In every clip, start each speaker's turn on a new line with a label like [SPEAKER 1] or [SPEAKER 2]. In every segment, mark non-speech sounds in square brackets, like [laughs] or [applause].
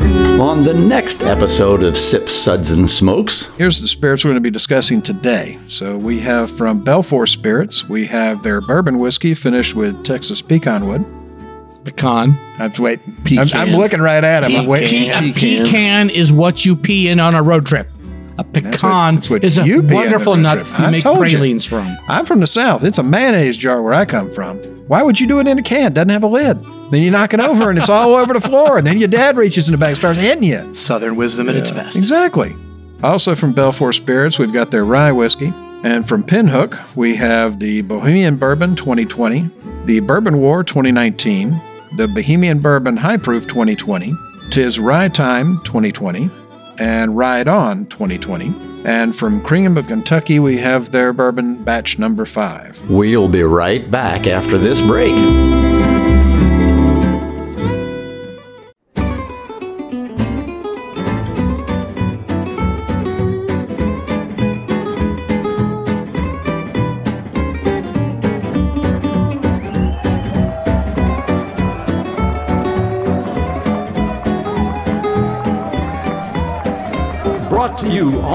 [SPEAKER 1] on the next episode of Sip Suds and Smokes.
[SPEAKER 2] Here's the spirits we're going to be discussing today. So we have from Belfour Spirits, we have their bourbon whiskey finished with Texas pecan wood.
[SPEAKER 3] Pecan.
[SPEAKER 2] I'm waiting. I'm, I'm looking right at him. I'm waiting.
[SPEAKER 3] A
[SPEAKER 4] Pecan.
[SPEAKER 3] pecan is what you pee in on a road trip. A pecan
[SPEAKER 2] that's what
[SPEAKER 3] is a
[SPEAKER 2] you pee on a
[SPEAKER 3] wonderful
[SPEAKER 2] road
[SPEAKER 3] nut
[SPEAKER 2] trip.
[SPEAKER 3] you
[SPEAKER 2] I
[SPEAKER 3] make
[SPEAKER 2] told you.
[SPEAKER 3] pralines from.
[SPEAKER 2] I'm from the South. It's a mayonnaise jar where I come from. Why would you do it in a can? It doesn't have a lid. Then you knock it over and it's all over the floor. And then your dad reaches in the back and starts hitting you.
[SPEAKER 4] Southern wisdom at its best.
[SPEAKER 2] Exactly. Also from Belfour Spirits, we've got their rye whiskey. And from Pinhook, we have the Bohemian Bourbon 2020, the Bourbon War 2019, the Bohemian Bourbon High Proof 2020, Tis Rye Time 2020, and Ride On 2020. And from Cream of Kentucky, we have their bourbon batch number five.
[SPEAKER 1] We'll be right back after this break. Brought to you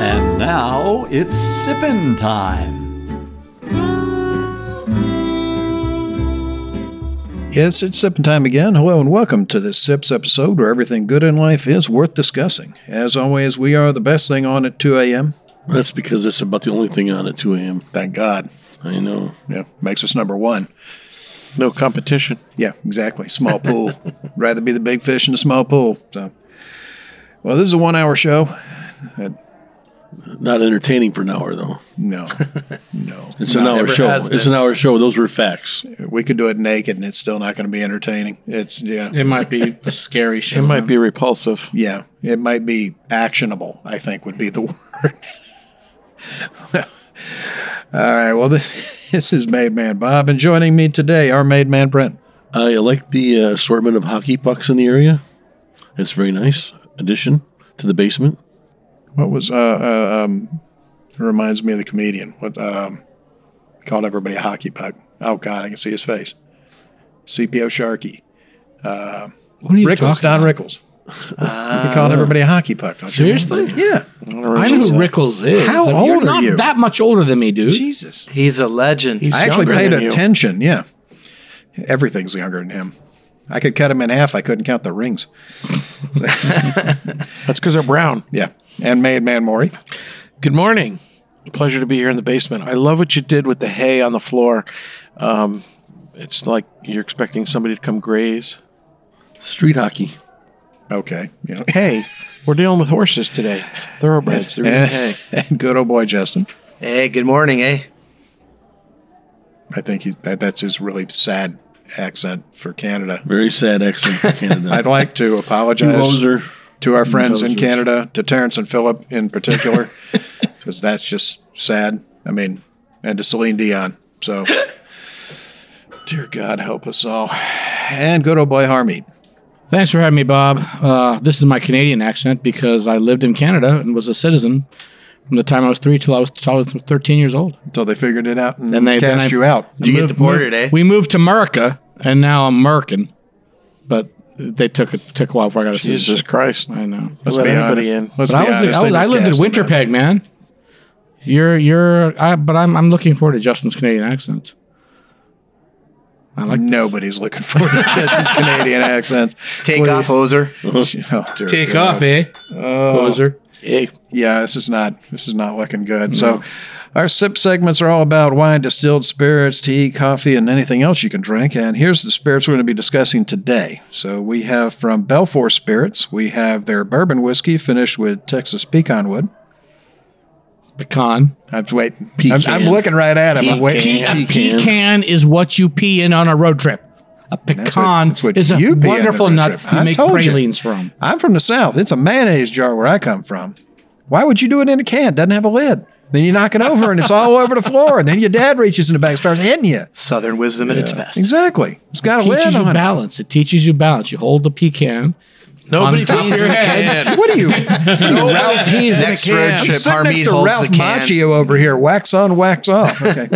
[SPEAKER 1] And now it's sippin' time.
[SPEAKER 2] Yes, it's sipping time again. Hello and welcome to this Sips episode where everything good in life is worth discussing. As always, we are the best thing on at 2 a.m.
[SPEAKER 5] That's because that's about the only thing on at 2 a.m.
[SPEAKER 2] Thank God.
[SPEAKER 5] I know.
[SPEAKER 2] Yeah, makes us number one.
[SPEAKER 5] No competition.
[SPEAKER 2] Yeah, exactly. Small pool. [laughs] Rather be the big fish in a small pool. So, well, this is a one-hour show.
[SPEAKER 5] Not entertaining for an hour, though.
[SPEAKER 2] No,
[SPEAKER 5] [laughs]
[SPEAKER 2] no,
[SPEAKER 5] It's an hour
[SPEAKER 4] ever
[SPEAKER 5] show.
[SPEAKER 4] has
[SPEAKER 5] It's
[SPEAKER 4] been.
[SPEAKER 5] an hour show. Those were facts.
[SPEAKER 2] we could do it naked, and it's still not going to be entertaining. It's yeah,
[SPEAKER 3] It might be a scary show.
[SPEAKER 6] It might be repulsive.
[SPEAKER 2] yeah. It might be actionable. I think would be the [laughs] word. All right. Well, this [laughs] this is Made Man Bob, and joining me today, our Made Man Brent.
[SPEAKER 5] I like the uh, assortment of hockey pucks in the area. It's very nice addition to the basement.
[SPEAKER 2] What was uh, uh um? It reminds me of the comedian. What um? Called everybody a hockey puck. Oh God, I can see his face. CPO Sharky.
[SPEAKER 3] What are you
[SPEAKER 2] Rickles,
[SPEAKER 3] talking
[SPEAKER 2] Don
[SPEAKER 3] about? Ah.
[SPEAKER 2] Rickles. we called everybody a hockey puck. Don't you?
[SPEAKER 3] Seriously?
[SPEAKER 2] Yeah.
[SPEAKER 3] I know who Rickles is.
[SPEAKER 2] How
[SPEAKER 3] I mean, you're
[SPEAKER 2] old are
[SPEAKER 3] not
[SPEAKER 2] you?
[SPEAKER 3] that much older than me, dude.
[SPEAKER 2] Jesus.
[SPEAKER 4] He's a legend.
[SPEAKER 6] He's
[SPEAKER 2] I actually
[SPEAKER 6] younger
[SPEAKER 2] paid
[SPEAKER 6] than you.
[SPEAKER 2] attention. Yeah. Everything's younger than him. I could cut him in half. I couldn't count the rings.
[SPEAKER 6] That's because they're brown.
[SPEAKER 2] Yeah. And Made Man Maury.
[SPEAKER 6] Good morning. Pleasure to be here in the basement. I love what you did with the hay on the floor. Um, it's like you're expecting somebody to come graze.
[SPEAKER 5] Street hockey.
[SPEAKER 2] Okay. Yeah.
[SPEAKER 6] Hey, we're dealing with horses today. Thoroughbreds. They're eating hay.
[SPEAKER 2] And, [laughs] and good old boy Justin.
[SPEAKER 4] hey, good morning, eh?
[SPEAKER 2] I think he, that, that's his really sad accent for Canada.
[SPEAKER 5] Very sad accent
[SPEAKER 6] [laughs]
[SPEAKER 5] for Canada.
[SPEAKER 2] I'd like to apologize
[SPEAKER 5] Loser.
[SPEAKER 2] to our friends in
[SPEAKER 5] Losers.
[SPEAKER 2] Canada, to Terrence and Philip in
[SPEAKER 3] [laughs]
[SPEAKER 2] particular, because that's just sad. I mean, and to Celine Dion. So, dear God, help us all. And good old boy Harmeet.
[SPEAKER 3] Thanks for having me, Bob. Uh, this is my Canadian accent because I lived in Canada and was a citizen from the time I was three till I was, till I was 13 years old.
[SPEAKER 2] Until they figured it out and,
[SPEAKER 3] Then they
[SPEAKER 2] cast
[SPEAKER 3] then I- Mm.
[SPEAKER 2] you out.
[SPEAKER 3] I
[SPEAKER 4] you get
[SPEAKER 3] moved-
[SPEAKER 4] deported,
[SPEAKER 3] moved-
[SPEAKER 4] eh?
[SPEAKER 3] We moved to America, and now I'm American. But they took it took a while before I got a
[SPEAKER 6] Jesus
[SPEAKER 3] citizenship.
[SPEAKER 6] Christ.
[SPEAKER 3] I know.
[SPEAKER 2] Let's
[SPEAKER 6] Let
[SPEAKER 2] be
[SPEAKER 6] anybody
[SPEAKER 2] honest.
[SPEAKER 6] in.
[SPEAKER 2] Let's
[SPEAKER 3] But I
[SPEAKER 2] be
[SPEAKER 3] was,
[SPEAKER 2] honest,
[SPEAKER 3] I,
[SPEAKER 2] they
[SPEAKER 3] was, I
[SPEAKER 2] just
[SPEAKER 3] lived in
[SPEAKER 2] cast them out.
[SPEAKER 3] Winterpeg, man. You're you're I, but I'm I'm looking forward to Justin's Canadian accent. I like
[SPEAKER 2] Nobody's looking forward to Justin's Canadian accents.
[SPEAKER 4] Take
[SPEAKER 2] Please.
[SPEAKER 4] off, Hoser.
[SPEAKER 2] Oh, dear
[SPEAKER 3] Take
[SPEAKER 2] God.
[SPEAKER 3] off, eh? Poser.
[SPEAKER 6] Hey,
[SPEAKER 2] yeah, this is not this is not looking good. So
[SPEAKER 3] Mm-hmm.
[SPEAKER 2] our sip segments are all about wine, distilled spirits, tea, coffee, and anything else you can drink. And here's the spirits we're going to be discussing today. So we have from Belfour Spirits, we have their bourbon whiskey finished with Texas pecan wood.
[SPEAKER 3] Pecan.
[SPEAKER 2] I'm waiting. I'm, I'm
[SPEAKER 5] Pecan.
[SPEAKER 2] looking right at him. I'm waiting.
[SPEAKER 3] A pecan is what you pee in on a road trip. A
[SPEAKER 2] That's
[SPEAKER 3] pecan
[SPEAKER 2] that's what
[SPEAKER 3] is a
[SPEAKER 2] you be on the
[SPEAKER 3] wonderful
[SPEAKER 2] road
[SPEAKER 3] nut
[SPEAKER 2] trip.
[SPEAKER 3] you
[SPEAKER 2] I
[SPEAKER 3] make
[SPEAKER 2] told you.
[SPEAKER 3] pralines from.
[SPEAKER 2] I'm from the South. It's a mayonnaise jar where I come from. Why would you do it in a can? It doesn't have a lid. Then you knock it over and it's all over the floor. And then your dad reaches in the back and starts hitting
[SPEAKER 3] [laughs]
[SPEAKER 2] you.
[SPEAKER 4] Southern wisdom at its best.
[SPEAKER 2] Exactly. It's got a
[SPEAKER 3] teaches
[SPEAKER 2] lid
[SPEAKER 3] you
[SPEAKER 2] on it.
[SPEAKER 3] balance. It teaches you balance. You hold the pecan.
[SPEAKER 6] Nobody
[SPEAKER 3] On top
[SPEAKER 6] pees
[SPEAKER 3] of your
[SPEAKER 6] in a
[SPEAKER 3] head.
[SPEAKER 6] can.
[SPEAKER 2] What are you? Ralph
[SPEAKER 4] Ralph P's next road trip.
[SPEAKER 2] Sit next
[SPEAKER 4] Harmeet
[SPEAKER 2] to
[SPEAKER 4] holds
[SPEAKER 2] Ralph
[SPEAKER 4] the can.
[SPEAKER 2] Macchio over here. Wax on, wax off. Okay.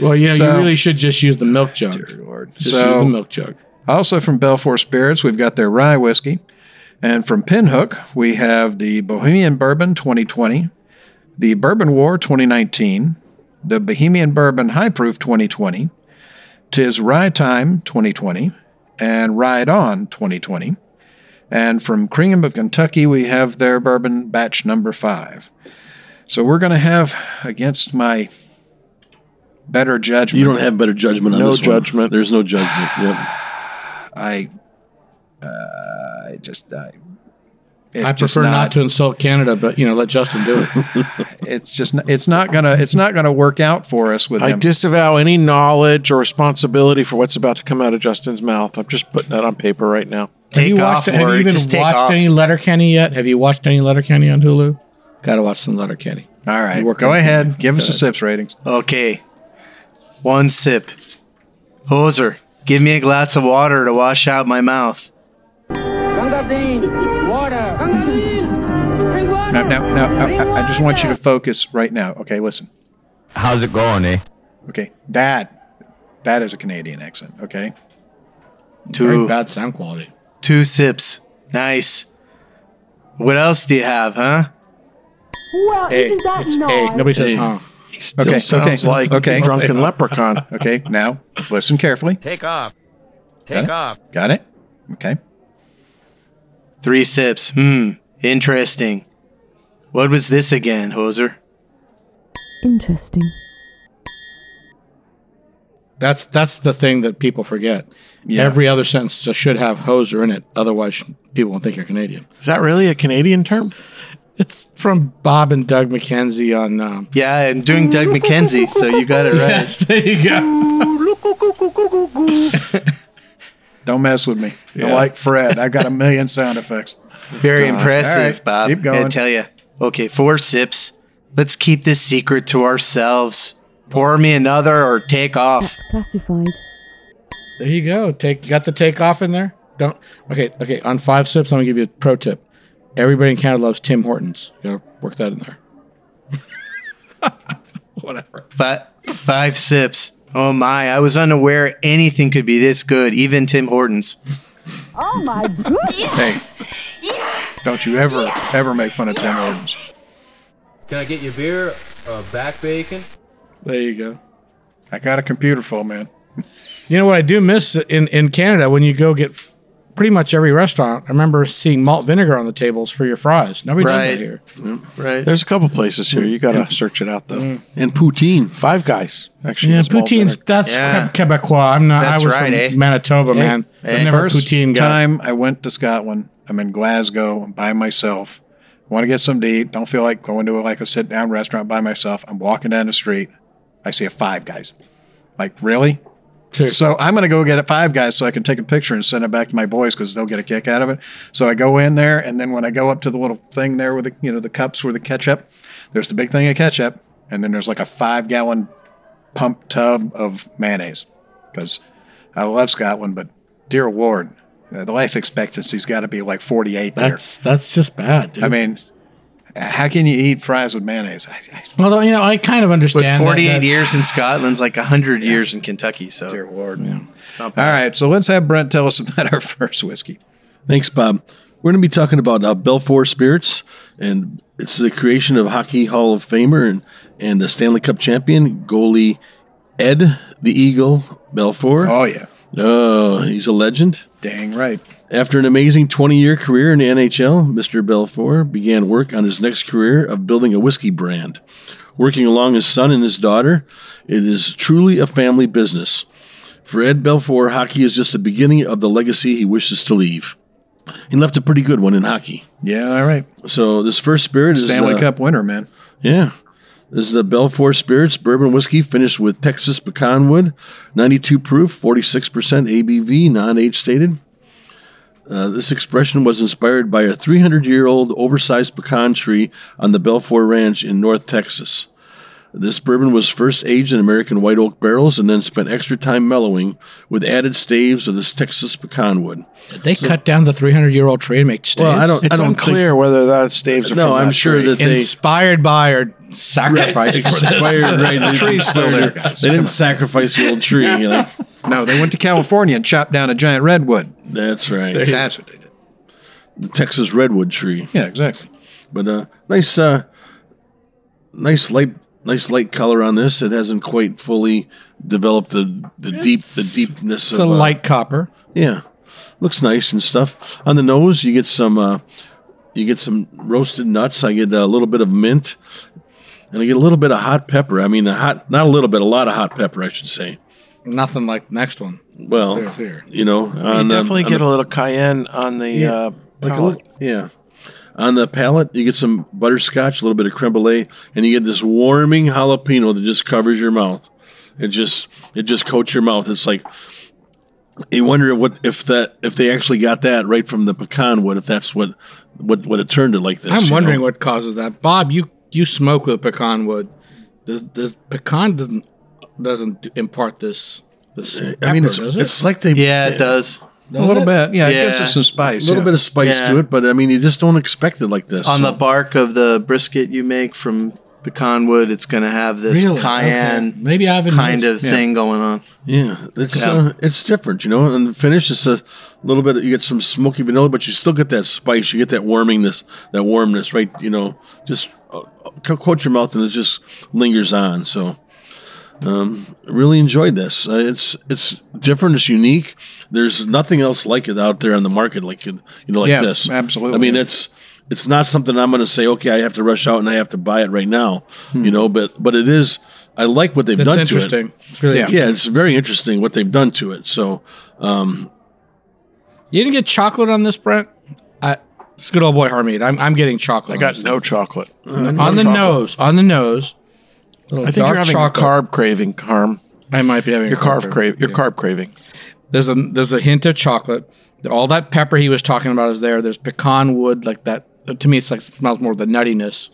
[SPEAKER 3] Well, you know,
[SPEAKER 2] So-
[SPEAKER 3] you really should just use the milk jug. Just use
[SPEAKER 2] So-
[SPEAKER 3] the milk jug.
[SPEAKER 2] Also from Belfort Spirits, we've got their rye whiskey. And from Pinhook, we have the Bohemian Bourbon 2020, the Bourbon War 2019, the Bohemian Bourbon High Proof 2020, Tis Rye Time 2020, and Ride On 2020. And from Kringham of Kentucky, we have their bourbon batch number five. So we're going to have, against my better judgment,
[SPEAKER 5] You don't have better judgment on
[SPEAKER 6] No
[SPEAKER 5] this one.
[SPEAKER 6] judgment.
[SPEAKER 5] There's no judgment. Yep.
[SPEAKER 2] I, uh, I just, I, it's
[SPEAKER 3] I
[SPEAKER 2] just
[SPEAKER 3] prefer not, to insult Canada, but you know, let Justin do it.
[SPEAKER 2] It's just, n- it's not gonna, it's not gonna work out for us with
[SPEAKER 6] I
[SPEAKER 2] him.
[SPEAKER 6] disavow any knowledge or responsibility for what's about to come out of Justin's mouth. I'm just putting that on paper right now.
[SPEAKER 3] have you
[SPEAKER 4] Take
[SPEAKER 3] watched,
[SPEAKER 4] off,
[SPEAKER 3] have you
[SPEAKER 4] or
[SPEAKER 3] even
[SPEAKER 4] just take
[SPEAKER 3] watched
[SPEAKER 4] off.
[SPEAKER 3] any Letterkenny yet? Have you watched any Letterkenny on Hulu? Got to watch some Letterkenny.
[SPEAKER 2] All right,
[SPEAKER 3] work
[SPEAKER 2] go
[SPEAKER 3] on it. Uh,
[SPEAKER 2] ahead, give us a sips ratings.
[SPEAKER 4] Okay. One sip. Hoser, give me a glass of water to wash out my mouth.
[SPEAKER 7] Ganga Bean, water. Ganga Bean, bring water.
[SPEAKER 2] Now, now, now, I- I, I just want you to focus right now. Okay, listen.
[SPEAKER 8] How's it going, eh?
[SPEAKER 2] Okay, that, that is a Canadian accent. Okay,
[SPEAKER 3] Very
[SPEAKER 4] Two,
[SPEAKER 3] bad sound quality.
[SPEAKER 4] two sips. Nice. What else do you have, huh?
[SPEAKER 7] Well,
[SPEAKER 3] Egg.
[SPEAKER 7] isn't that
[SPEAKER 3] It's
[SPEAKER 7] nice?
[SPEAKER 3] egg. Nobody says,
[SPEAKER 5] Egg.
[SPEAKER 3] huh.
[SPEAKER 6] He still
[SPEAKER 2] Okay,
[SPEAKER 6] sounds
[SPEAKER 2] okay,
[SPEAKER 6] like
[SPEAKER 2] okay.
[SPEAKER 6] a drunken leprechaun.
[SPEAKER 2] okay. Now, listen carefully.
[SPEAKER 8] Take off.
[SPEAKER 2] Got
[SPEAKER 8] Take
[SPEAKER 2] it?
[SPEAKER 8] off.
[SPEAKER 2] Got it? Okay.
[SPEAKER 4] Three sips. Hmm. Interesting. What was this again, Hoser?
[SPEAKER 9] Interesting.
[SPEAKER 3] That's that's the thing that people forget.
[SPEAKER 2] Yeah.
[SPEAKER 3] Every other sentence just should have hoser in it. Otherwise, people won't think you're Canadian.
[SPEAKER 6] Is that really a Canadian term?
[SPEAKER 3] It's from Bob and Doug McKenzie on. Um,
[SPEAKER 4] Yeah, I'm doing Doug McKenzie, so you got
[SPEAKER 2] [laughs]
[SPEAKER 4] it right.
[SPEAKER 3] [laughs] there you go.
[SPEAKER 2] Don't mess with me. I like Fred. I've got a million sound effects.
[SPEAKER 4] Very
[SPEAKER 2] All
[SPEAKER 4] impressive,
[SPEAKER 2] right,
[SPEAKER 4] Bob.
[SPEAKER 2] keep going.
[SPEAKER 4] I tell you. Okay, four sips. Let's keep this secret to ourselves. Pour me another or take off.
[SPEAKER 9] That's classified.
[SPEAKER 3] There you go. Take you got the take off in there. Don't. Okay. Okay. On five sips, I'm gonna give you a pro tip. Everybody in Canada loves Tim Hortons. You gotta work that in there.
[SPEAKER 4] Five, five sips. Oh my, I was unaware anything could be this good, even Tim Hortons.
[SPEAKER 7] Oh
[SPEAKER 9] [laughs]
[SPEAKER 7] my goodness.
[SPEAKER 2] Hey, don't you ever, ever make fun of Tim Hortons.
[SPEAKER 10] Can I get you a beer, uh, back bacon?
[SPEAKER 3] There you go.
[SPEAKER 2] I got a computer full, man.
[SPEAKER 3] You know what I do miss in, in Canada when you go get f- pretty much every restaurant. I remember seeing malt vinegar on the tables for your fries. Nobody does
[SPEAKER 4] Right.
[SPEAKER 3] that here.
[SPEAKER 4] Right.
[SPEAKER 6] There's a couple places here. You gotta search it out though.
[SPEAKER 2] Mm.
[SPEAKER 5] And poutine.
[SPEAKER 6] Five guys actually.
[SPEAKER 3] Yeah,
[SPEAKER 6] has malt in
[SPEAKER 3] poutine's
[SPEAKER 6] it.
[SPEAKER 3] that's
[SPEAKER 4] Yeah.
[SPEAKER 3] Que- Quebecois. I'm not.
[SPEAKER 4] That's
[SPEAKER 3] I was
[SPEAKER 4] right,
[SPEAKER 3] from
[SPEAKER 4] eh?
[SPEAKER 3] Manitoba, man.
[SPEAKER 4] eh.
[SPEAKER 3] I'm never a
[SPEAKER 2] First
[SPEAKER 3] poutine guy.
[SPEAKER 2] time I went to Scotland, I'm in Glasgow. I'm by myself. I want to get something to eat. Don't feel like going to like a sit down restaurant by myself. I'm walking down the street. I see a Five Guys. Like really?
[SPEAKER 3] Seriously.
[SPEAKER 2] So I'm gonna go get a Five Guys so I can take a picture and send it back to my boys because they'll get a kick out of it. So I go in there, and then when I go up to the little thing there with the you know the cups where the ketchup, there's the big thing of ketchup, and then there's like a five gallon pump tub of mayonnaise because I love Scotland, but dear Lord, uh, the life expectancy's got to be like 48 there.
[SPEAKER 3] That's that's just bad. Dude.
[SPEAKER 2] I mean, how can you eat fries with mayonnaise? I, I,
[SPEAKER 3] although you know, I kind of
[SPEAKER 4] But
[SPEAKER 3] understand. that-
[SPEAKER 4] 48
[SPEAKER 3] that-
[SPEAKER 4] years in Scotland's like 100 years in Kentucky, so.
[SPEAKER 2] dear Lord.
[SPEAKER 4] it's not
[SPEAKER 2] All
[SPEAKER 4] bad.
[SPEAKER 2] right, so let's have Brent tell us [laughs] about our first whiskey.
[SPEAKER 5] Thanks, Bob. We're going to be talking about uh, Belfour Spirits, and it's the creation of Hockey Hall of Famer and, and the Stanley Cup champion, goalie Ed the Eagle Belfour.
[SPEAKER 2] Oh, yeah.
[SPEAKER 5] Oh, he's a legend.
[SPEAKER 2] Dang right.
[SPEAKER 5] After an amazing 20 year career in the NHL, Mr. Belfour began work on his next career of building a whiskey brand. Working along his son and his daughter, it is truly a family business. For Ed Belfour, hockey is just the beginning of the legacy he wishes to leave. He left a pretty good one in hockey.
[SPEAKER 2] Yeah, all right.
[SPEAKER 5] So this first spirit is
[SPEAKER 2] Stanley
[SPEAKER 5] uh,
[SPEAKER 2] Cup winner, man.
[SPEAKER 5] Yeah. This is the Belfour Spirits Bourbon Whiskey finished with Texas pecan wood, 92 proof, 46% ABV, non age stated. Uh, this expression was inspired by a 300 year old oversized pecan tree on the Belfour Ranch in North Texas. This bourbon was first aged in American white oak barrels and then spent extra time mellowing with added staves of this Texas pecan wood.
[SPEAKER 3] Did they cut down the 300 year old tree and make staves?
[SPEAKER 5] I don't-
[SPEAKER 6] It's unclear whether that staves are
[SPEAKER 5] No,
[SPEAKER 6] from
[SPEAKER 5] I'm
[SPEAKER 6] that
[SPEAKER 5] sure
[SPEAKER 6] tree.
[SPEAKER 5] that they
[SPEAKER 3] Inspired by or sacrificed for that.
[SPEAKER 5] expired. Right, the tree's
[SPEAKER 2] still there, guys.
[SPEAKER 5] They didn't sacrifice the old tree. You know?
[SPEAKER 2] No, they went to California and chopped down a giant redwood.
[SPEAKER 5] That's right.
[SPEAKER 2] That's what they did.
[SPEAKER 5] The Texas redwood tree.
[SPEAKER 2] Yeah, exactly.
[SPEAKER 5] But uh, nice, uh, nice light, nice light color on this. It hasn't quite fully developed the the deep the deepness
[SPEAKER 3] It's a
[SPEAKER 5] of uh,
[SPEAKER 3] light copper.
[SPEAKER 5] Yeah, looks nice and stuff. On the nose, you get some uh, you get some roasted nuts. I get a little bit of mint, and I get a little bit of hot pepper. I mean, a hot not a little bit, a lot of hot pepper, I should say.
[SPEAKER 3] Nothing like the next one.
[SPEAKER 5] Well,
[SPEAKER 3] clear.
[SPEAKER 5] you know,
[SPEAKER 6] You
[SPEAKER 5] on, the-
[SPEAKER 6] definitely
[SPEAKER 5] on
[SPEAKER 6] get
[SPEAKER 5] the-
[SPEAKER 6] a little cayenne on the uh,
[SPEAKER 5] like a
[SPEAKER 6] palate.
[SPEAKER 5] little, yeah. On the palate, you get some butterscotch, a little bit of creme brulee, and you get this warming jalapeno that just covers your mouth. It just it just coats your mouth. It's like you wonder what if that if they actually got that right from the pecan wood, if that's what what what it turned it like this.
[SPEAKER 3] I'm
[SPEAKER 5] you
[SPEAKER 3] wondering
[SPEAKER 5] know?
[SPEAKER 3] what causes that. Bob, you you smoke with pecan wood. Does, does pecan doesn't doesn't impart this this
[SPEAKER 5] I mean,
[SPEAKER 3] pepper,
[SPEAKER 5] it's,
[SPEAKER 3] does it?
[SPEAKER 5] it's like they
[SPEAKER 4] Yeah, it does.
[SPEAKER 2] A little bit. Yeah,
[SPEAKER 4] Yeah.
[SPEAKER 2] it gives it some spice.
[SPEAKER 5] a little
[SPEAKER 2] yeah.
[SPEAKER 5] bit of spice
[SPEAKER 4] Yeah.
[SPEAKER 5] to it, but I mean, you just don't expect it like this.
[SPEAKER 4] On
[SPEAKER 5] so-
[SPEAKER 4] the bark of the brisket you make from pecan wood, it's going to have this
[SPEAKER 3] Really?
[SPEAKER 4] cayenne
[SPEAKER 3] Okay. Maybe I haven't
[SPEAKER 4] kind
[SPEAKER 3] noticed.
[SPEAKER 4] of
[SPEAKER 3] Yeah.
[SPEAKER 4] thing going on.
[SPEAKER 5] Yeah, it's
[SPEAKER 4] Yeah.
[SPEAKER 5] Uh, it's different, you know. And the finish is a little bit. You get some smoky vanilla, but you still get that spice. You get that warmingness, that warmness, right? You know, just uh, uh, coat your mouth, and it just lingers on. So, um, really enjoyed this. Uh, it's it's different. It's unique. There's nothing else like it out there on the market, like you you know, like
[SPEAKER 2] Yeah,
[SPEAKER 5] this.
[SPEAKER 2] absolutely.
[SPEAKER 5] I mean, it's it's not something I'm going to say. Okay, I have to rush out and I have to buy it right now. You know, but but it is. I like what they've
[SPEAKER 3] That's
[SPEAKER 5] done to it
[SPEAKER 3] interesting. It's really
[SPEAKER 2] Yeah.
[SPEAKER 5] yeah, it's very interesting what they've done to it. So, um,
[SPEAKER 3] You didn't get chocolate on this, Brent? I, it's good old boy Harmeet. I'm, I'm getting chocolate.
[SPEAKER 6] I got no chocolate.
[SPEAKER 3] on, the nose. On the nose.
[SPEAKER 6] I think you're having a carb craving, Harm.
[SPEAKER 3] I might be having
[SPEAKER 6] Your
[SPEAKER 3] a carb.
[SPEAKER 6] carb crave. Your carb craving.
[SPEAKER 3] There's a there's a hint of chocolate. All that pepper he was talking about is there. There's pecan wood like that. To me, it's like smells more of the nuttiness.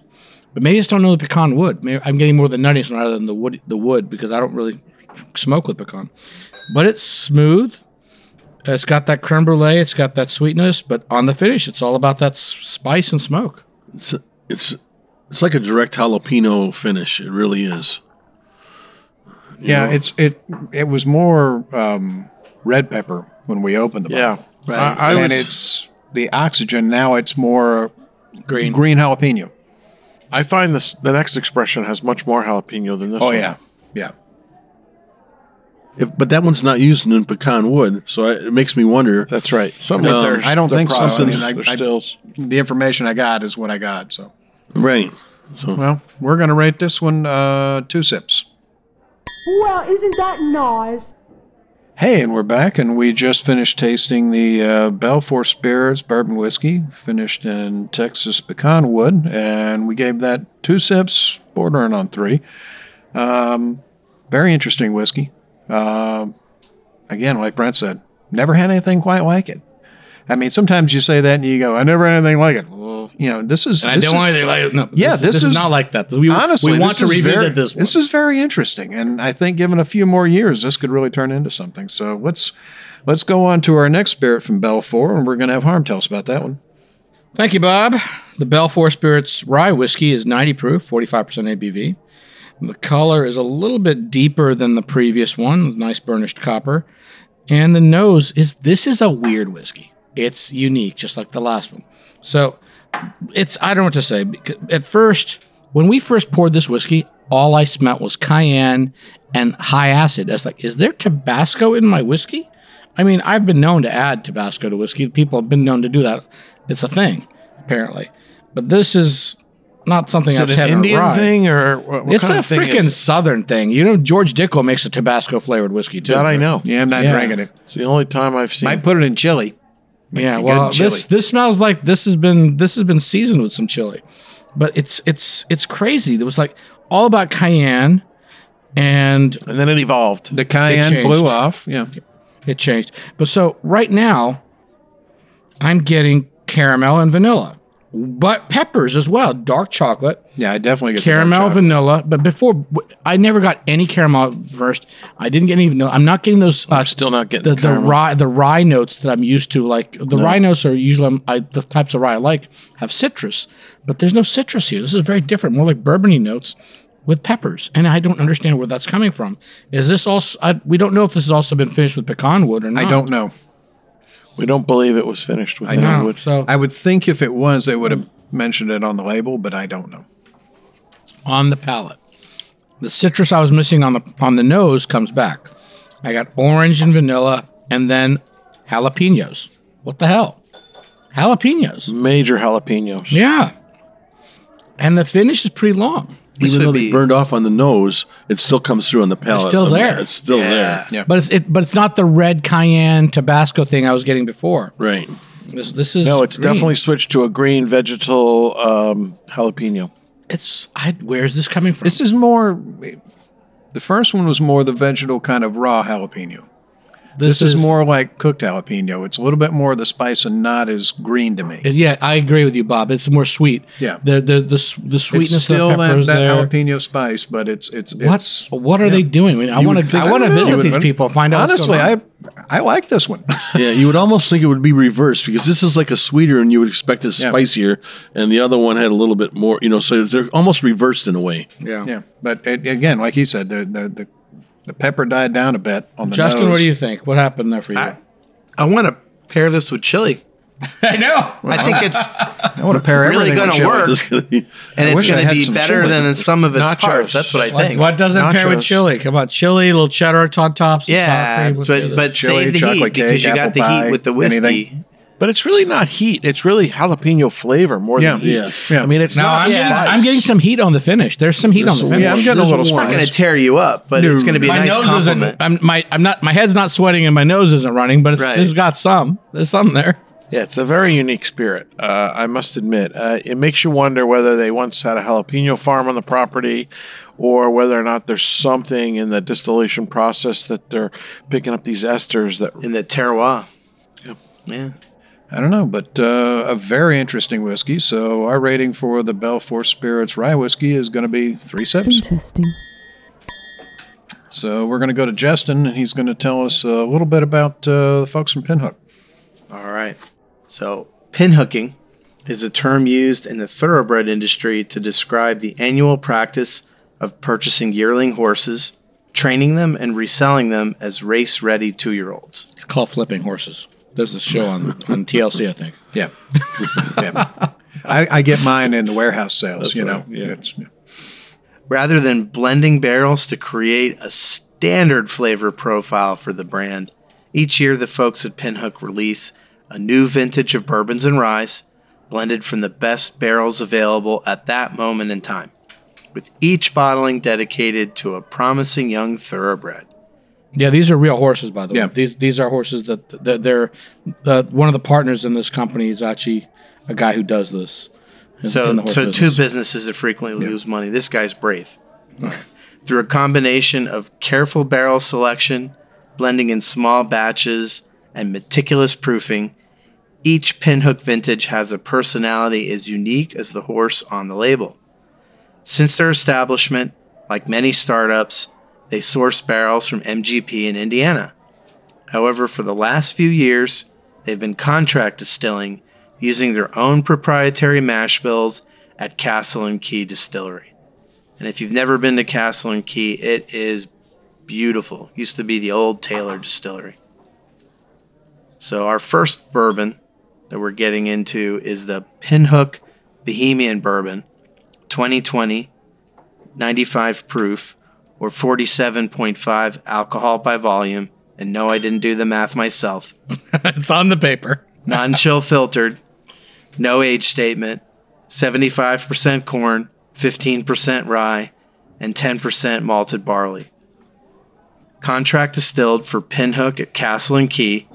[SPEAKER 3] But maybe I just don't know the pecan wood. Maybe I'm getting more of the nuttiness rather than the wood the wood because I don't really smoke with pecan. But it's smooth. It's got that creme brulee. It's got that sweetness. But on the finish, it's all about that s- spice and smoke.
[SPEAKER 5] it's it's it's like a direct jalapeno finish. It really is.
[SPEAKER 2] yeah, it's it it was more um, red pepper when we opened the bottle.
[SPEAKER 6] Yeah. I, I
[SPEAKER 2] and
[SPEAKER 6] was,
[SPEAKER 2] it's the oxygen. Now it's more green green jalapeno.
[SPEAKER 6] I find this the next expression has much more jalapeno than this.
[SPEAKER 2] Oh
[SPEAKER 6] one.
[SPEAKER 2] yeah, yeah.
[SPEAKER 5] If, but that one's not used in pecan wood, so I, it makes me wonder. Um,
[SPEAKER 6] That's right. Some
[SPEAKER 5] No,
[SPEAKER 6] of their,
[SPEAKER 2] I don't
[SPEAKER 6] their
[SPEAKER 2] think so. I
[SPEAKER 6] process,
[SPEAKER 2] mean, I-
[SPEAKER 6] their
[SPEAKER 2] I-
[SPEAKER 6] stills.
[SPEAKER 2] The information I got is what I got. So
[SPEAKER 5] Right.
[SPEAKER 2] well, we're gonna rate this one uh, two sips.
[SPEAKER 7] Well, isn't that nice?
[SPEAKER 2] Hey, and we're back, and we just finished tasting the uh, Belfour Spirits Bourbon Whiskey, finished in Texas pecan wood, and we gave that two sips, bordering on three. Um, very interesting whiskey. Um again, like Brent said, never had anything quite like it. I mean, sometimes you say that and you go, "I never had anything like it." Well, you know, this is.
[SPEAKER 3] And
[SPEAKER 2] this
[SPEAKER 3] I
[SPEAKER 2] is-
[SPEAKER 3] don't want anything like it. No,
[SPEAKER 2] Yeah, this
[SPEAKER 3] is,
[SPEAKER 2] is-
[SPEAKER 3] not like that. We,
[SPEAKER 2] honestly,
[SPEAKER 3] we want
[SPEAKER 2] this
[SPEAKER 3] to
[SPEAKER 2] is
[SPEAKER 3] revisit
[SPEAKER 2] very,
[SPEAKER 3] this. One.
[SPEAKER 2] This is very interesting, and I think given a few more years, this could really turn into something. So let's let's go on to our next spirit from Belfour, and we're going to have Harm tell us about that one.
[SPEAKER 3] Thank you, Bob. The Belfour Spirits Rye Whiskey is 90 proof, 45% ABV. The color is a little bit deeper than the previous one, with nice burnished copper. And the nose is this is a weird whiskey. It's unique, just like the last one. So it's I don't know what to say. Because at first, when we first poured this whiskey, all I smelt was cayenne and high acid. I was like, is there Tabasco in my whiskey? I mean, I've been known to add Tabasco to whiskey. People have been known to do that. It's a thing, apparently. But this is not something
[SPEAKER 6] Is
[SPEAKER 3] I've
[SPEAKER 6] it
[SPEAKER 3] had in
[SPEAKER 6] an
[SPEAKER 3] a
[SPEAKER 6] Indian
[SPEAKER 3] rye.
[SPEAKER 6] thing or what, what
[SPEAKER 3] It's a
[SPEAKER 6] kind of thing
[SPEAKER 3] freaking
[SPEAKER 6] is it?
[SPEAKER 3] southern thing. You know, George Dickel makes a Tabasco flavored whiskey too.
[SPEAKER 6] that I know.
[SPEAKER 2] Yeah, I'm not
[SPEAKER 3] Yeah.
[SPEAKER 2] drinking it.
[SPEAKER 6] It's the only time I've seen.
[SPEAKER 2] Might put it in chili.
[SPEAKER 3] Yeah,
[SPEAKER 2] good
[SPEAKER 3] well,
[SPEAKER 2] chili.
[SPEAKER 3] this this smells like this has been this has been seasoned with some chili, but it's it's it's crazy. There was like all about cayenne, and
[SPEAKER 6] And then it evolved.
[SPEAKER 2] The cayenne
[SPEAKER 3] changed.
[SPEAKER 2] blew off. Yeah.
[SPEAKER 3] it changed. But so right now, I'm getting caramel and vanilla, but peppers as well, dark chocolate,
[SPEAKER 2] Yeah, I definitely get the dark
[SPEAKER 3] caramel,
[SPEAKER 2] chocolate.
[SPEAKER 3] vanilla. But before, w- I never got any caramel at first. I didn't get any vanilla. I'm not getting those. Uh,
[SPEAKER 6] Still not getting
[SPEAKER 3] the, the
[SPEAKER 6] caramel.
[SPEAKER 3] rye the rye notes that I'm used to. Like the rye notes are usually um, I, the types of rye I like have citrus, but there's no citrus here. This is very different, more like bourbony notes with peppers, and I don't understand where that's coming from. Is this also? I, we don't know if this has also been finished with pecan wood or not.
[SPEAKER 2] I don't know.
[SPEAKER 6] We don't believe it was finished with
[SPEAKER 3] No,
[SPEAKER 6] any wood.
[SPEAKER 3] So
[SPEAKER 2] I would think if it was, they would have mentioned it on the label, but I don't know.
[SPEAKER 3] on the palate, the citrus I was missing on the on the nose comes back. I got orange and vanilla, and then jalapenos. What the hell? Jalapenos.
[SPEAKER 6] Major jalapenos.
[SPEAKER 3] Yeah. And the finish is pretty long.
[SPEAKER 5] Even
[SPEAKER 4] would
[SPEAKER 5] though they
[SPEAKER 4] be-
[SPEAKER 5] burned off on the nose, it still comes through on the palate.
[SPEAKER 3] still
[SPEAKER 5] I mean,
[SPEAKER 3] there.
[SPEAKER 5] It's still there.
[SPEAKER 2] Yeah.
[SPEAKER 3] But it's it, but it's not the red cayenne Tabasco thing I was getting before.
[SPEAKER 5] Right.
[SPEAKER 3] This, this is
[SPEAKER 6] No, it's
[SPEAKER 3] green.
[SPEAKER 6] definitely switched to a green vegetal um, jalapeno.
[SPEAKER 3] it's. I, where is this coming from?
[SPEAKER 2] This is more. The first one was more the vegetal kind of raw jalapeno. This, is, more like cooked jalapeno. It's a little bit more of the spice and not as green to me.
[SPEAKER 3] Yeah, I agree with you, Bob. It's more sweet.
[SPEAKER 2] Yeah.
[SPEAKER 3] the the the, s- the sweetness
[SPEAKER 2] it's still
[SPEAKER 3] of the
[SPEAKER 2] that,
[SPEAKER 3] peppers
[SPEAKER 2] that
[SPEAKER 3] there.
[SPEAKER 2] jalapeno spice, but it's it's
[SPEAKER 3] What
[SPEAKER 2] it's.
[SPEAKER 3] what are they doing? I, mean, I
[SPEAKER 2] You
[SPEAKER 3] want
[SPEAKER 2] would
[SPEAKER 3] to
[SPEAKER 2] think-
[SPEAKER 3] I want to
[SPEAKER 2] don't know.
[SPEAKER 3] visit
[SPEAKER 2] You
[SPEAKER 3] these
[SPEAKER 2] would-
[SPEAKER 3] people. Find out.
[SPEAKER 2] Honestly,
[SPEAKER 3] what's going
[SPEAKER 2] I
[SPEAKER 3] on.
[SPEAKER 2] I like this one.
[SPEAKER 5] Yeah, you would almost think it would be reversed because this is like a sweeter and you would expect it
[SPEAKER 2] Yeah.
[SPEAKER 5] spicier, and the other one had a little bit more, you know, so they're almost reversed in a way.
[SPEAKER 3] [laughs]
[SPEAKER 5] [laughs]
[SPEAKER 3] yeah.
[SPEAKER 2] yeah, but it, again, like he said, the the, the the pepper died down a bit on the
[SPEAKER 3] Justin,
[SPEAKER 2] nose.
[SPEAKER 3] what do you think? What happened there for you?
[SPEAKER 4] I, I want to pair this with chili.
[SPEAKER 3] [laughs] I know.
[SPEAKER 4] I think it's
[SPEAKER 2] I want to pair
[SPEAKER 4] Really
[SPEAKER 2] everything with chili.
[SPEAKER 4] gonna work.
[SPEAKER 5] [laughs] It's gonna be-
[SPEAKER 4] and it's
[SPEAKER 2] wish I
[SPEAKER 4] going to
[SPEAKER 2] had
[SPEAKER 4] be
[SPEAKER 2] some
[SPEAKER 4] better
[SPEAKER 2] chili.
[SPEAKER 4] than some of its parts. That's what I think.
[SPEAKER 3] What doesn't pair with
[SPEAKER 6] Nachos.
[SPEAKER 3] chili? Come on, chili, little cheddar on tops. and sour
[SPEAKER 4] Yeah,
[SPEAKER 3] cream. Let's do
[SPEAKER 4] but
[SPEAKER 3] this.
[SPEAKER 4] but
[SPEAKER 2] Chili,
[SPEAKER 4] save the heat
[SPEAKER 2] chocolate
[SPEAKER 4] because
[SPEAKER 2] cake,
[SPEAKER 4] you
[SPEAKER 2] apple
[SPEAKER 4] got the
[SPEAKER 2] pie,
[SPEAKER 4] heat with the whiskey.
[SPEAKER 2] anything.
[SPEAKER 6] But it's really not heat. It's really jalapeno flavor more
[SPEAKER 2] Yeah.
[SPEAKER 6] than heat.
[SPEAKER 5] Yes.
[SPEAKER 2] Yeah.
[SPEAKER 6] I mean, it's
[SPEAKER 3] No,
[SPEAKER 6] not
[SPEAKER 3] I'm getting,
[SPEAKER 6] spice.
[SPEAKER 3] I'm getting some heat on the finish. There's some heat on the
[SPEAKER 5] There's
[SPEAKER 3] finish.
[SPEAKER 2] Yeah, I'm getting a
[SPEAKER 5] There's
[SPEAKER 2] little
[SPEAKER 5] a
[SPEAKER 4] It's not
[SPEAKER 5] warm.
[SPEAKER 4] going to tear you up, but it's going to be a
[SPEAKER 3] my
[SPEAKER 4] nice
[SPEAKER 3] nose
[SPEAKER 4] compliment.
[SPEAKER 3] isn't. I'm, my I'm not. My head's not sweating and my nose isn't running, but it's,
[SPEAKER 4] Right.
[SPEAKER 3] it's got some. There's some there.
[SPEAKER 6] Yeah, it's a very unique spirit. Uh, I must admit, uh, it makes you wonder whether they once had a jalapeno farm on the property, or whether or not there's something in the distillation process that they're picking up these esters that
[SPEAKER 4] in the terroir. Yeah.
[SPEAKER 2] I don't know, but uh, a very interesting whiskey. So our rating for the Belfort Spirits Rye Whiskey is going to be three sips.
[SPEAKER 9] Interesting.
[SPEAKER 2] So we're going to go to Justin, and he's going to tell us a little bit about uh, the folks from Pinhook.
[SPEAKER 4] All right. So, pinhooking is a term used in the thoroughbred industry to describe the annual practice of purchasing yearling horses, training them, and reselling them as race ready two year olds.
[SPEAKER 3] It's called flipping horses. There's a show on on TLC, I think.
[SPEAKER 2] Yeah, yeah. I, I get mine in the warehouse sales. you know, It's-
[SPEAKER 4] rather than blending barrels to create a standard flavor profile for the brand. Each year, the folks at Pinhook release a new vintage of bourbons and ryes, blended from the best barrels available at that moment in time, with each bottling dedicated to a promising young thoroughbred.
[SPEAKER 3] Yeah, these are real horses, by the
[SPEAKER 2] Yeah.
[SPEAKER 3] way. These these are horses that, that they're uh, one of the partners in this company is actually a guy who does this. in- in the
[SPEAKER 4] So,
[SPEAKER 3] horse
[SPEAKER 4] so
[SPEAKER 3] business.
[SPEAKER 4] two businesses that frequently lose money. This guy's brave. Through a combination of careful barrel selection, blending in small batches, and meticulous proofing, each pinhook vintage has a personality as unique as the horse on the label. Since their establishment, like many startups, they source barrels from MGP in Indiana. However, for the last few years, they've been contract distilling using their own proprietary mash bills at Castle and Key Distillery. And if you've never been to Castle and Key, it is beautiful. Used to be the old Taylor Distillery. So our first bourbon that we're getting into is the Pinhook Bohemian Bourbon 2020 95 proof or 47.5 alcohol by volume. And no, I didn't do the math myself
[SPEAKER 3] it's on the paper.
[SPEAKER 4] non chill filtered, no age statement, 75% corn, 15% rye, and 10% malted barley. Contract distilled for Pinhook at Castle and Key,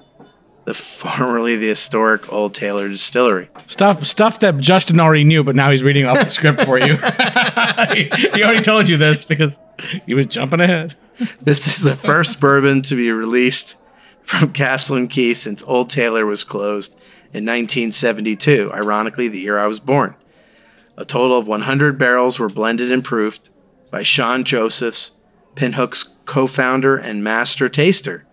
[SPEAKER 4] the [laughs] formerly the historic Old Taylor Distillery.
[SPEAKER 3] Stuff stuff that Justin already knew, but now he's reading off the script for you. [laughs] he, he already told you this because he was jumping ahead.
[SPEAKER 4] This is the first bourbon to be released from Castle and Key since Old Taylor was closed in 1972, ironically, the year I was born. A total of 100 barrels were blended and proofed by Sean Josephs, Pinhook's co founder and master taster,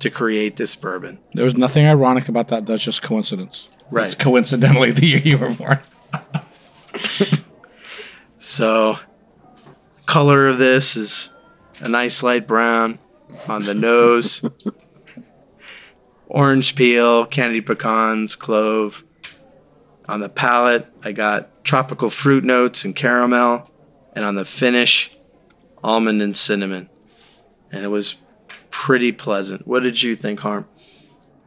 [SPEAKER 4] to create this bourbon.
[SPEAKER 3] There was nothing ironic about that. That's just coincidence.
[SPEAKER 4] Right.
[SPEAKER 3] It's coincidentally the year you were born.
[SPEAKER 4] So, color of this is a nice light brown on the nose,
[SPEAKER 6] [laughs]
[SPEAKER 4] orange peel, candy pecans, clove. On the palate, I got tropical fruit notes and caramel, and on the finish, almond and cinnamon. And it was pretty pleasant. What did you think, Harm?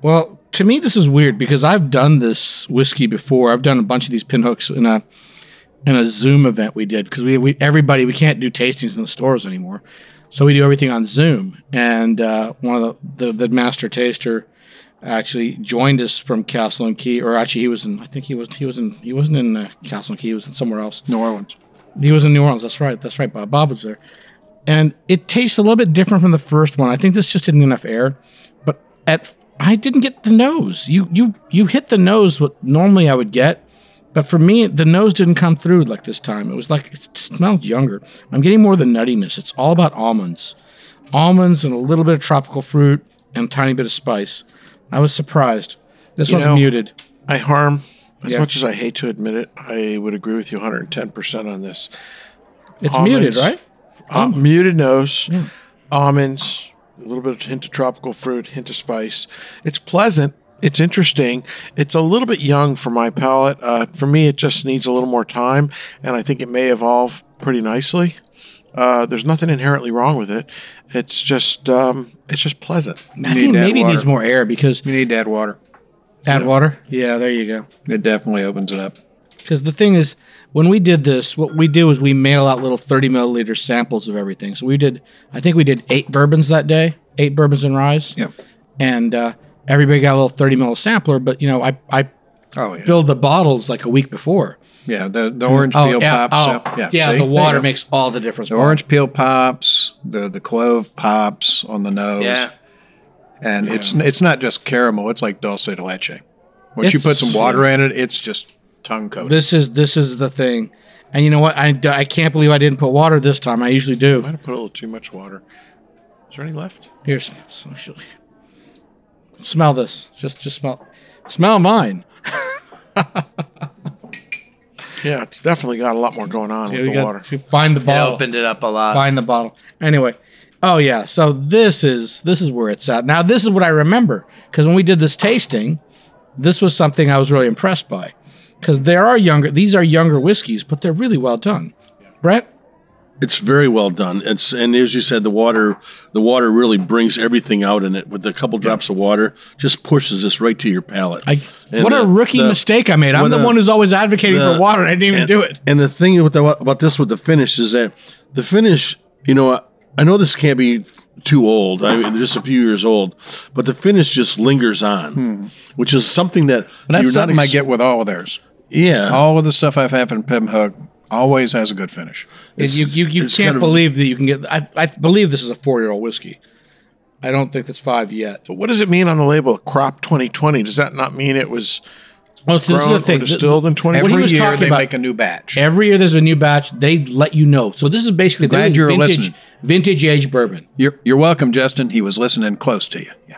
[SPEAKER 3] Well, to me, this is weird because I've done this whiskey before. I've done a bunch of these pinhooks in a in a Zoom event we did because we, we everybody we can't do tastings in the stores anymore, so we do everything on Zoom. And uh, one of the, the the master taster actually joined us from Castle and Key, or actually he was in I think he was he was in he wasn't in uh, Castle and Key, he was in somewhere else.
[SPEAKER 2] New Orleans.
[SPEAKER 3] He was in New Orleans. That's right. That's right. Bob. Bob was there. And it tastes a little bit different from the first one. I think this just didn't get enough air. But at I didn't get the nose. You you you hit the nose what normally I would get. But for me, the nose didn't come through like this time. It was like it smelled younger. I'm getting more of the nuttiness. It's all about almonds. Almonds and a little bit of tropical fruit and a tiny bit of spice. I was surprised. This
[SPEAKER 6] You
[SPEAKER 3] one's
[SPEAKER 6] know-
[SPEAKER 3] muted.
[SPEAKER 6] I harm as
[SPEAKER 3] Yeah.
[SPEAKER 6] much as I hate to admit it. I would agree with you 110 percent on this.
[SPEAKER 3] It's
[SPEAKER 6] almonds.
[SPEAKER 3] muted, right? Oh.
[SPEAKER 6] Uh, Muted nose, almonds, a little bit of hint of tropical fruit, hint of spice. It's pleasant. It's interesting. It's a little bit young for my palate. Uh, for me, it just needs a little more time, and I think it may evolve pretty nicely. Uh, there's nothing inherently wrong with it. It's just um, it's just pleasant.
[SPEAKER 3] I think
[SPEAKER 2] need to add
[SPEAKER 3] maybe it
[SPEAKER 2] water.
[SPEAKER 3] needs more air because
[SPEAKER 2] You need to add water.
[SPEAKER 3] add water. Yeah, there you go.
[SPEAKER 2] It definitely opens it up.
[SPEAKER 3] Because the thing is, when we did this, what we do is we mail out little 30 milliliter samples of everything. So we did, I think we did eight bourbons that day, eight bourbons and ryes.
[SPEAKER 2] Yeah.
[SPEAKER 3] And uh, everybody got a little 30 ml sampler, but you know, I, I
[SPEAKER 2] Oh yeah.
[SPEAKER 3] filled the bottles like a week before.
[SPEAKER 2] Yeah. The the orange peel pops
[SPEAKER 3] oh,
[SPEAKER 2] up.
[SPEAKER 3] yeah,
[SPEAKER 2] Yeah. see?
[SPEAKER 3] the
[SPEAKER 2] There you
[SPEAKER 3] water
[SPEAKER 2] go.
[SPEAKER 3] makes all the difference.
[SPEAKER 2] the orange peel pops. The the clove pops on the nose. And it's it's not just caramel. It's like dulce de leche. Once you put
[SPEAKER 3] It's-
[SPEAKER 2] some water in it, it's just tongue coated.
[SPEAKER 3] This is this is the thing. And you know what? I, I can't believe I didn't put water this time. I usually do.
[SPEAKER 6] Might have put a little too much water. Is there any left?
[SPEAKER 3] Here, sm- sm- sh- smell this. Just, just smell, smell mine.
[SPEAKER 6] Yeah, it's definitely got a lot more going on
[SPEAKER 3] Yeah,
[SPEAKER 6] with
[SPEAKER 3] we
[SPEAKER 6] the
[SPEAKER 3] got
[SPEAKER 6] water.
[SPEAKER 3] to find the
[SPEAKER 4] It
[SPEAKER 3] bottle.
[SPEAKER 4] opened it up a
[SPEAKER 5] Uh,
[SPEAKER 4] lot.
[SPEAKER 3] Find the bottle. Anyway, oh yeah. So this is this is where it's at. Now this is what I remember because when we did this tasting, this was something I was really impressed by because there are younger. These are younger whiskeys, but they're really well done. Brett,
[SPEAKER 5] It's very well done. It's and as you said, the water the water really brings everything out in it with a couple drops of water, just pushes this right to your palate.
[SPEAKER 3] I,
[SPEAKER 5] And
[SPEAKER 3] what a
[SPEAKER 5] the-
[SPEAKER 3] rookie
[SPEAKER 5] the-
[SPEAKER 3] mistake I made. I'm
[SPEAKER 5] when
[SPEAKER 3] the,
[SPEAKER 5] the-
[SPEAKER 3] one who's always advocating for
[SPEAKER 5] the-
[SPEAKER 3] water. and I didn't even
[SPEAKER 5] and,
[SPEAKER 3] do it.
[SPEAKER 5] And the thing with the, about this with the finish is that the finish, you know, I, I know this can't be too old. I mean, just a few years old, but the finish just lingers on, which is something that
[SPEAKER 2] And that's something I
[SPEAKER 5] ex-
[SPEAKER 2] get with all of theirs.
[SPEAKER 5] Yeah,
[SPEAKER 2] All of the stuff I've had from Pim Hook always has a good finish.
[SPEAKER 3] And you you, you
[SPEAKER 5] it's
[SPEAKER 3] can't
[SPEAKER 5] kind of-
[SPEAKER 3] believe that you can get. I, I believe this is a four year old whiskey. I don't think it's five yet.
[SPEAKER 6] But what does it mean on the label? Crop 2020. Does that not mean it was
[SPEAKER 3] Well, this
[SPEAKER 6] grown or distilled in 2020?
[SPEAKER 3] When he
[SPEAKER 2] Every
[SPEAKER 3] was
[SPEAKER 2] year
[SPEAKER 3] talking
[SPEAKER 2] they
[SPEAKER 3] about-
[SPEAKER 2] make a new batch.
[SPEAKER 3] Every year there's a new batch. They let you know. So this is basically
[SPEAKER 2] Glad
[SPEAKER 3] they're
[SPEAKER 2] you were
[SPEAKER 3] vintage,
[SPEAKER 2] listening.
[SPEAKER 3] vintage age bourbon.
[SPEAKER 2] You're, you're welcome, Justin. He was listening close to you. Yeah.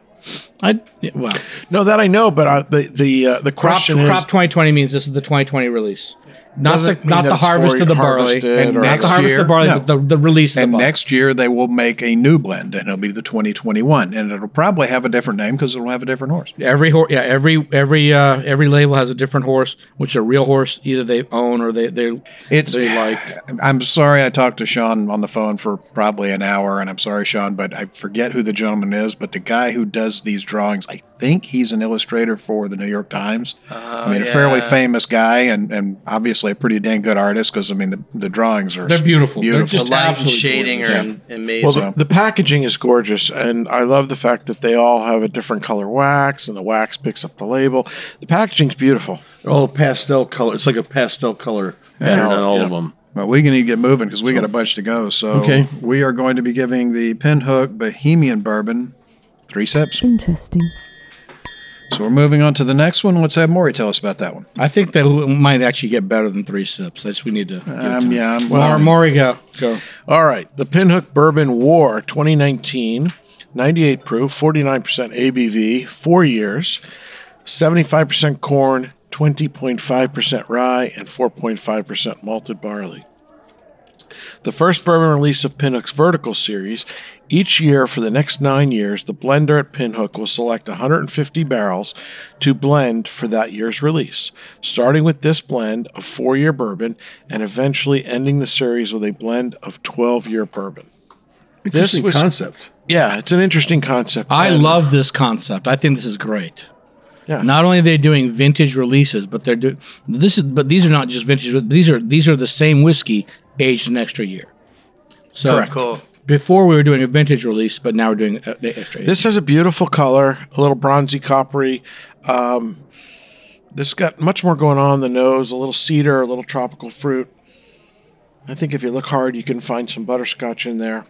[SPEAKER 3] I yeah, well,
[SPEAKER 6] No, that I know, but uh, the the uh, the
[SPEAKER 3] crop,
[SPEAKER 6] question
[SPEAKER 3] crop
[SPEAKER 6] is
[SPEAKER 3] 2020 means this is the 2020 release, not the
[SPEAKER 6] Doesn't mean
[SPEAKER 3] not
[SPEAKER 6] that
[SPEAKER 3] the
[SPEAKER 6] it's
[SPEAKER 3] harvest
[SPEAKER 6] for-
[SPEAKER 3] of the barley,
[SPEAKER 6] harvested
[SPEAKER 3] not
[SPEAKER 2] And
[SPEAKER 6] or-
[SPEAKER 2] next
[SPEAKER 3] the harvest
[SPEAKER 2] year,
[SPEAKER 3] of the barley,
[SPEAKER 2] no.
[SPEAKER 3] but the, the release of
[SPEAKER 2] And
[SPEAKER 3] the barley.
[SPEAKER 2] next year they will make a new blend, and it'll be the 2021, and it'll probably have a different name because it'll have a different horse.
[SPEAKER 3] Every horse, yeah, every every uh, every label has a different horse, which a real horse either they own or they they
[SPEAKER 2] It's
[SPEAKER 3] they like.
[SPEAKER 2] [sighs] I'm sorry I talked to Sean on the phone for probably an hour, and I'm sorry, Sean, but I forget who the gentleman is, but the guy who does these drawings, I think he's an illustrator for the New York Times.
[SPEAKER 3] Oh,
[SPEAKER 2] I mean, a fairly
[SPEAKER 4] yeah.
[SPEAKER 2] famous guy and, and obviously a pretty dang good artist because, I mean, the, the drawings are
[SPEAKER 3] They're beautiful. They're
[SPEAKER 2] Beautiful.
[SPEAKER 3] just
[SPEAKER 4] The light and
[SPEAKER 3] absolutely
[SPEAKER 4] shading
[SPEAKER 3] gorgeous.
[SPEAKER 4] are am- amazing.
[SPEAKER 6] Well, the, the packaging is gorgeous, and I love the fact that they all have a different color wax, and the wax picks up the label. The packaging's beautiful.
[SPEAKER 5] All pastel color. It's like a pastel color pattern on all of them.
[SPEAKER 2] But we need to get moving because we got a bunch to go. So
[SPEAKER 5] Okay.
[SPEAKER 2] we are going to be giving the Pinhook Bohemian Bourbon three sips.
[SPEAKER 9] Interesting.
[SPEAKER 2] So we're moving on to the next one. Let's have Maury tell us about that one.
[SPEAKER 3] I think that w- might actually get better than three sips. That's we need to.
[SPEAKER 2] Um, yeah, I'm,
[SPEAKER 3] Well, Maury, go go.
[SPEAKER 6] All right, the Pinhook Bourbon War 2019, 98 proof, 49% ABV, four years, 75% corn, 20.5% rye, and 4.5% malted barley. The first bourbon release of Pinhook's vertical series. Each year for the next nine years, the blender at Pinhook will select 150 barrels to blend for that year's release, starting with this blend of four year bourbon and eventually ending the series with a blend of 12 year bourbon.
[SPEAKER 5] Interesting
[SPEAKER 6] was-
[SPEAKER 5] concept.
[SPEAKER 6] Yeah, it's an interesting concept.
[SPEAKER 3] I
[SPEAKER 6] And-
[SPEAKER 3] love this concept. I think this is great.
[SPEAKER 6] Yeah.
[SPEAKER 3] Not only are they doing vintage releases, but they're doing this is but these are not just vintage. These are these are the same whiskey aged an extra year. So
[SPEAKER 4] cool.
[SPEAKER 3] before we were doing a vintage release, but now we're doing a, the extra.
[SPEAKER 6] This has a beautiful color, a little bronzy coppery. Um, this got much more going on in the nose, a little cedar, a little tropical fruit. I think if you look hard, you can find some butterscotch in there.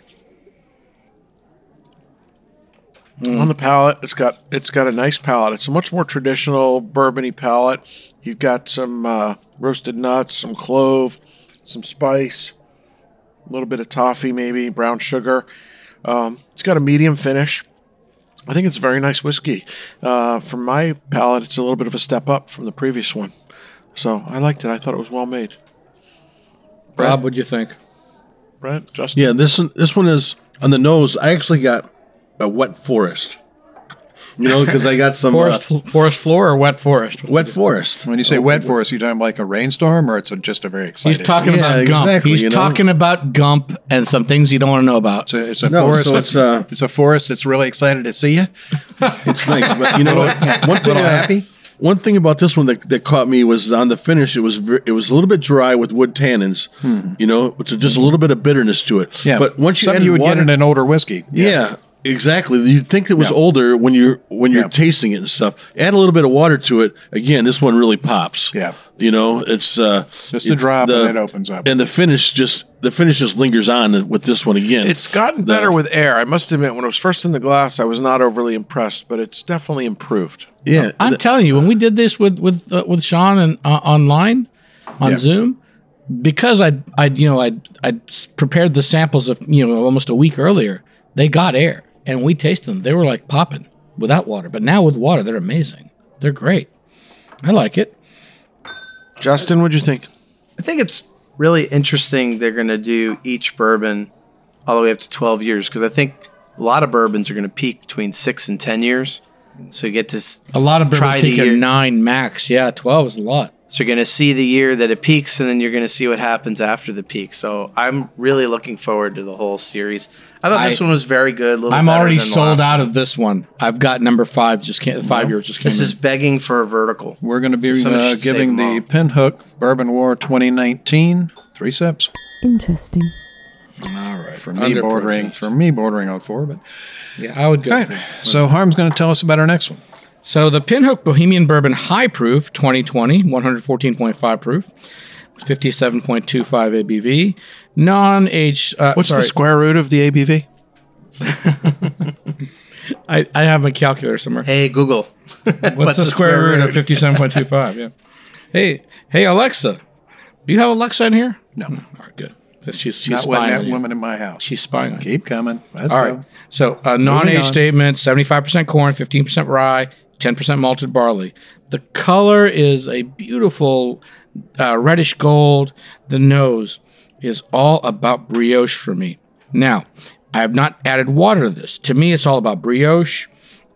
[SPEAKER 6] On the palate, it's got it's got a nice palate. It's a much more traditional bourbony palate. You've got some uh, roasted nuts, some clove, some spice, a little bit of toffee, maybe brown sugar. Um, it's got a medium finish. I think it's a very nice whiskey. Uh, from my palate, it's a little bit of a step up from the previous one. So I liked it. I thought it was well made.
[SPEAKER 3] Rob, what'd you think?
[SPEAKER 6] Brent, Justin?
[SPEAKER 5] Yeah, this one, this one is on the nose. I actually got a wet forest. You know, because I got some uh,
[SPEAKER 3] Forest fl- forest floor or wet forest?
[SPEAKER 5] wet forest.
[SPEAKER 2] when you say wet for us, you talking like a rainstorm or it's a, just a very
[SPEAKER 3] He's
[SPEAKER 2] exciting.
[SPEAKER 3] talking
[SPEAKER 5] Yeah,
[SPEAKER 3] about Gump.
[SPEAKER 5] exactly,
[SPEAKER 3] He's
[SPEAKER 5] you know?
[SPEAKER 3] talking about Gump and some things you don't want to know about.
[SPEAKER 2] It's a, it's a
[SPEAKER 5] No,
[SPEAKER 2] forest.
[SPEAKER 5] so
[SPEAKER 2] that's-
[SPEAKER 5] it's, uh,
[SPEAKER 2] it's a forest that's really excited to see you.
[SPEAKER 5] It's nice,
[SPEAKER 2] [laughs]
[SPEAKER 5] but you know what? One thing,
[SPEAKER 2] Little
[SPEAKER 5] I-
[SPEAKER 2] happy?
[SPEAKER 5] one thing about this one that, that caught me was on the finish. It was ver- it was a little bit dry with wood tannins. You know, to just a little bit of bitterness to it.
[SPEAKER 2] Hmm. Yeah,
[SPEAKER 5] but once you
[SPEAKER 2] something
[SPEAKER 5] added
[SPEAKER 2] you would
[SPEAKER 5] water,
[SPEAKER 2] get in an older whiskey.
[SPEAKER 5] yeah. exactly. You'd think it was
[SPEAKER 2] Yeah.
[SPEAKER 5] older when you're when you're
[SPEAKER 2] Yeah.
[SPEAKER 5] tasting it and stuff. Add a little bit of water to it. Again, this one really pops.
[SPEAKER 2] Yeah.
[SPEAKER 5] you know, it's uh,
[SPEAKER 2] Just a
[SPEAKER 5] it's
[SPEAKER 2] drop and it opens up.
[SPEAKER 5] and the finish just the finish just lingers on with this one again.
[SPEAKER 6] It's gotten
[SPEAKER 5] The-
[SPEAKER 6] better with air. I must admit, when it was first in the glass, I was not overly impressed, but it's definitely improved.
[SPEAKER 5] yeah.
[SPEAKER 3] I'm telling you, when we did this with with uh, with Sean and uh, online on
[SPEAKER 2] Yeah.
[SPEAKER 3] Zoom, because I I you know I I prepared the samples of you know almost a week earlier, they got air and we tasted them. They were like popping without water, but now with water, they're amazing. They're great. I like it.
[SPEAKER 6] Justin, what'd you think?
[SPEAKER 4] I think it's really interesting they're going to do each bourbon all the way up to 12 years because I think a lot of bourbons are going to peak between 6 and 10 years. So you get to s-
[SPEAKER 3] A lot of
[SPEAKER 4] try
[SPEAKER 3] bourbons
[SPEAKER 4] the
[SPEAKER 3] take a
[SPEAKER 4] year-
[SPEAKER 3] nine max. Yeah, twelve is a lot.
[SPEAKER 4] So you're going to see the year that it peaks, and then you're going to see what happens after the peak. So I'm really looking forward to the whole series. I thought
[SPEAKER 3] I-
[SPEAKER 4] this one was very good. a little
[SPEAKER 3] I'm
[SPEAKER 4] better
[SPEAKER 3] already
[SPEAKER 4] than the
[SPEAKER 3] sold
[SPEAKER 4] last
[SPEAKER 3] out
[SPEAKER 4] one.
[SPEAKER 3] of this one. I've got number five. Just can't. Five years just came.
[SPEAKER 4] This
[SPEAKER 3] in.
[SPEAKER 4] is begging for a vertical.
[SPEAKER 2] We're going to be
[SPEAKER 4] So somebody
[SPEAKER 2] uh,
[SPEAKER 4] should save
[SPEAKER 2] giving
[SPEAKER 4] them all.
[SPEAKER 2] the Pinhook Bourbon War 2019 three sips.
[SPEAKER 9] Interesting.
[SPEAKER 3] all right
[SPEAKER 2] For me, bordering for me bordering on four, but
[SPEAKER 3] Yeah, I would go.
[SPEAKER 2] all right. So Harm's going to tell us about our next one.
[SPEAKER 3] So the Pinhook Bohemian Bourbon High Proof 2020, 114.5 proof, 57.25 ABV, non-age. Uh,
[SPEAKER 6] What's
[SPEAKER 3] sorry,
[SPEAKER 6] the square root of the ABV?
[SPEAKER 3] [laughs] I, I have my calculator somewhere.
[SPEAKER 4] Hey, Google. [laughs]
[SPEAKER 3] what's, the, square, root of 57.25? yeah. Hey, hey Alexa, do you have Alexa in here?
[SPEAKER 2] No.
[SPEAKER 3] All right, good. She's she's
[SPEAKER 2] Not
[SPEAKER 3] spying
[SPEAKER 2] letting
[SPEAKER 3] on
[SPEAKER 2] that
[SPEAKER 3] you.
[SPEAKER 2] woman in my house.
[SPEAKER 3] She's spying on you.
[SPEAKER 2] Keep coming. Let's
[SPEAKER 3] All
[SPEAKER 2] go.
[SPEAKER 3] right. So, uh, non age statement 75% corn, 15% rye, 10% malted barley. The color is a beautiful uh, reddish gold. The nose is all about brioche for me. Now, I have not added water to this. To me, it's all about brioche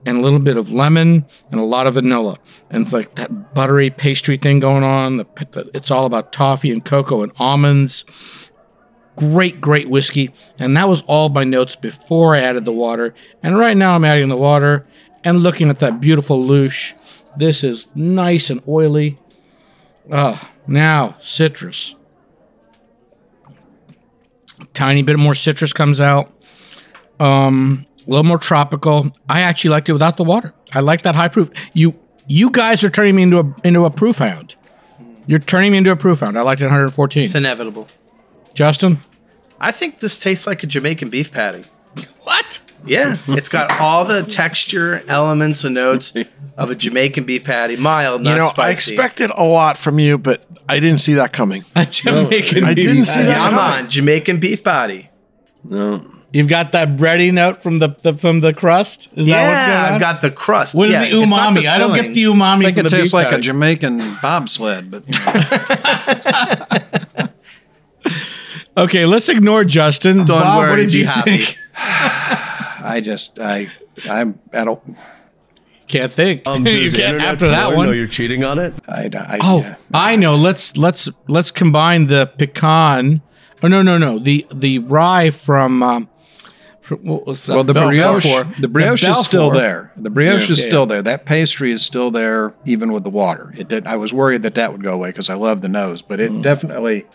[SPEAKER 3] and a little bit of lemon and a lot of vanilla. And it's like that buttery pastry thing going on. The, the- it's all about toffee and cocoa and almonds great, great whiskey. And that was all my notes before I added the water. And right now I'm adding the water And looking at that beautiful louche, this is nice and oily. Ah, now citrus. Tiny bit more citrus comes out. Um, a little more tropical. I actually liked it without the water. I like that high proof. You you guys are turning me into a into a proof hound. You're turning me into a proof hound. I liked it 114.
[SPEAKER 4] It's inevitable.
[SPEAKER 3] Justin,
[SPEAKER 4] I think this tastes like a Jamaican beef patty.
[SPEAKER 3] what?
[SPEAKER 4] Yeah, it's got all the texture, elements, and notes of a Jamaican beef patty. Mild, not
[SPEAKER 6] You know, I
[SPEAKER 4] spicy.
[SPEAKER 6] expected a lot from you, but I didn't see that coming.
[SPEAKER 3] [laughs] A Jamaican
[SPEAKER 6] I
[SPEAKER 3] beef
[SPEAKER 6] didn't see
[SPEAKER 3] patty.
[SPEAKER 6] that
[SPEAKER 4] Yeah, I'm
[SPEAKER 6] coming.
[SPEAKER 4] on Jamaican beef patty.
[SPEAKER 5] No.
[SPEAKER 3] You've got that bready note from the, the from the crust. Is that what's going
[SPEAKER 4] Yeah,
[SPEAKER 3] on?
[SPEAKER 4] I've got the crust.
[SPEAKER 3] What is
[SPEAKER 4] yeah,
[SPEAKER 3] the
[SPEAKER 4] it's not
[SPEAKER 3] umami? I don't get
[SPEAKER 4] filling.
[SPEAKER 3] the umami.
[SPEAKER 2] I think
[SPEAKER 3] from
[SPEAKER 2] it
[SPEAKER 3] the
[SPEAKER 2] tastes
[SPEAKER 3] beef
[SPEAKER 2] like a
[SPEAKER 3] patty.
[SPEAKER 2] Jamaican bobsled, but you know, [laughs]
[SPEAKER 3] Okay, let's ignore Justin.
[SPEAKER 4] Don't
[SPEAKER 3] Bob, what
[SPEAKER 4] worry,
[SPEAKER 3] did
[SPEAKER 4] be
[SPEAKER 3] you
[SPEAKER 4] happy.
[SPEAKER 3] think?
[SPEAKER 2] I just I I'm I don't
[SPEAKER 3] Can't think. [laughs] you can't after that one.
[SPEAKER 10] cheating on it?
[SPEAKER 2] I, I
[SPEAKER 3] oh,
[SPEAKER 2] yeah.
[SPEAKER 3] I know. Let's let's let's combine the pecan. Oh no no no the the rye from. Um, from what was that?
[SPEAKER 2] Well, the
[SPEAKER 3] Belfort.
[SPEAKER 2] brioche, the brioche is still
[SPEAKER 3] Belfort.
[SPEAKER 2] there. The brioche
[SPEAKER 3] Yeah.
[SPEAKER 2] is
[SPEAKER 3] Yeah,
[SPEAKER 2] still there. That pastry is still there, even with the water. It did. I was worried that that would go away because I love the nose, but it definitely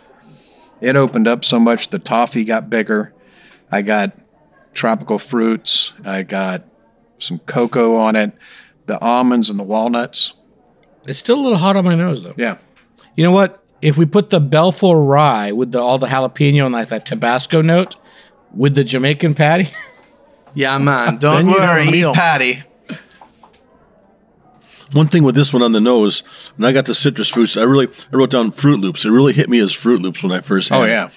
[SPEAKER 2] it opened up so much. The toffee got bigger. I got tropical fruits. I got some cocoa on it. The almonds and the walnuts.
[SPEAKER 3] It's still a little hot on my nose though.
[SPEAKER 2] Yeah,
[SPEAKER 3] You know what? If we put the Belfort rye with the, all the jalapeno and like that Tabasco note with the Jamaican patty, [laughs]
[SPEAKER 4] Yeah, man. Don't
[SPEAKER 6] you have a
[SPEAKER 4] worry,
[SPEAKER 6] meal.
[SPEAKER 4] eat patty.
[SPEAKER 5] One thing with this one on the nose, when I got the citrus fruits, I really I wrote down Fruit Loops. It really hit me as Fruit Loops when I first had.
[SPEAKER 2] Oh,
[SPEAKER 5] it.
[SPEAKER 2] yeah.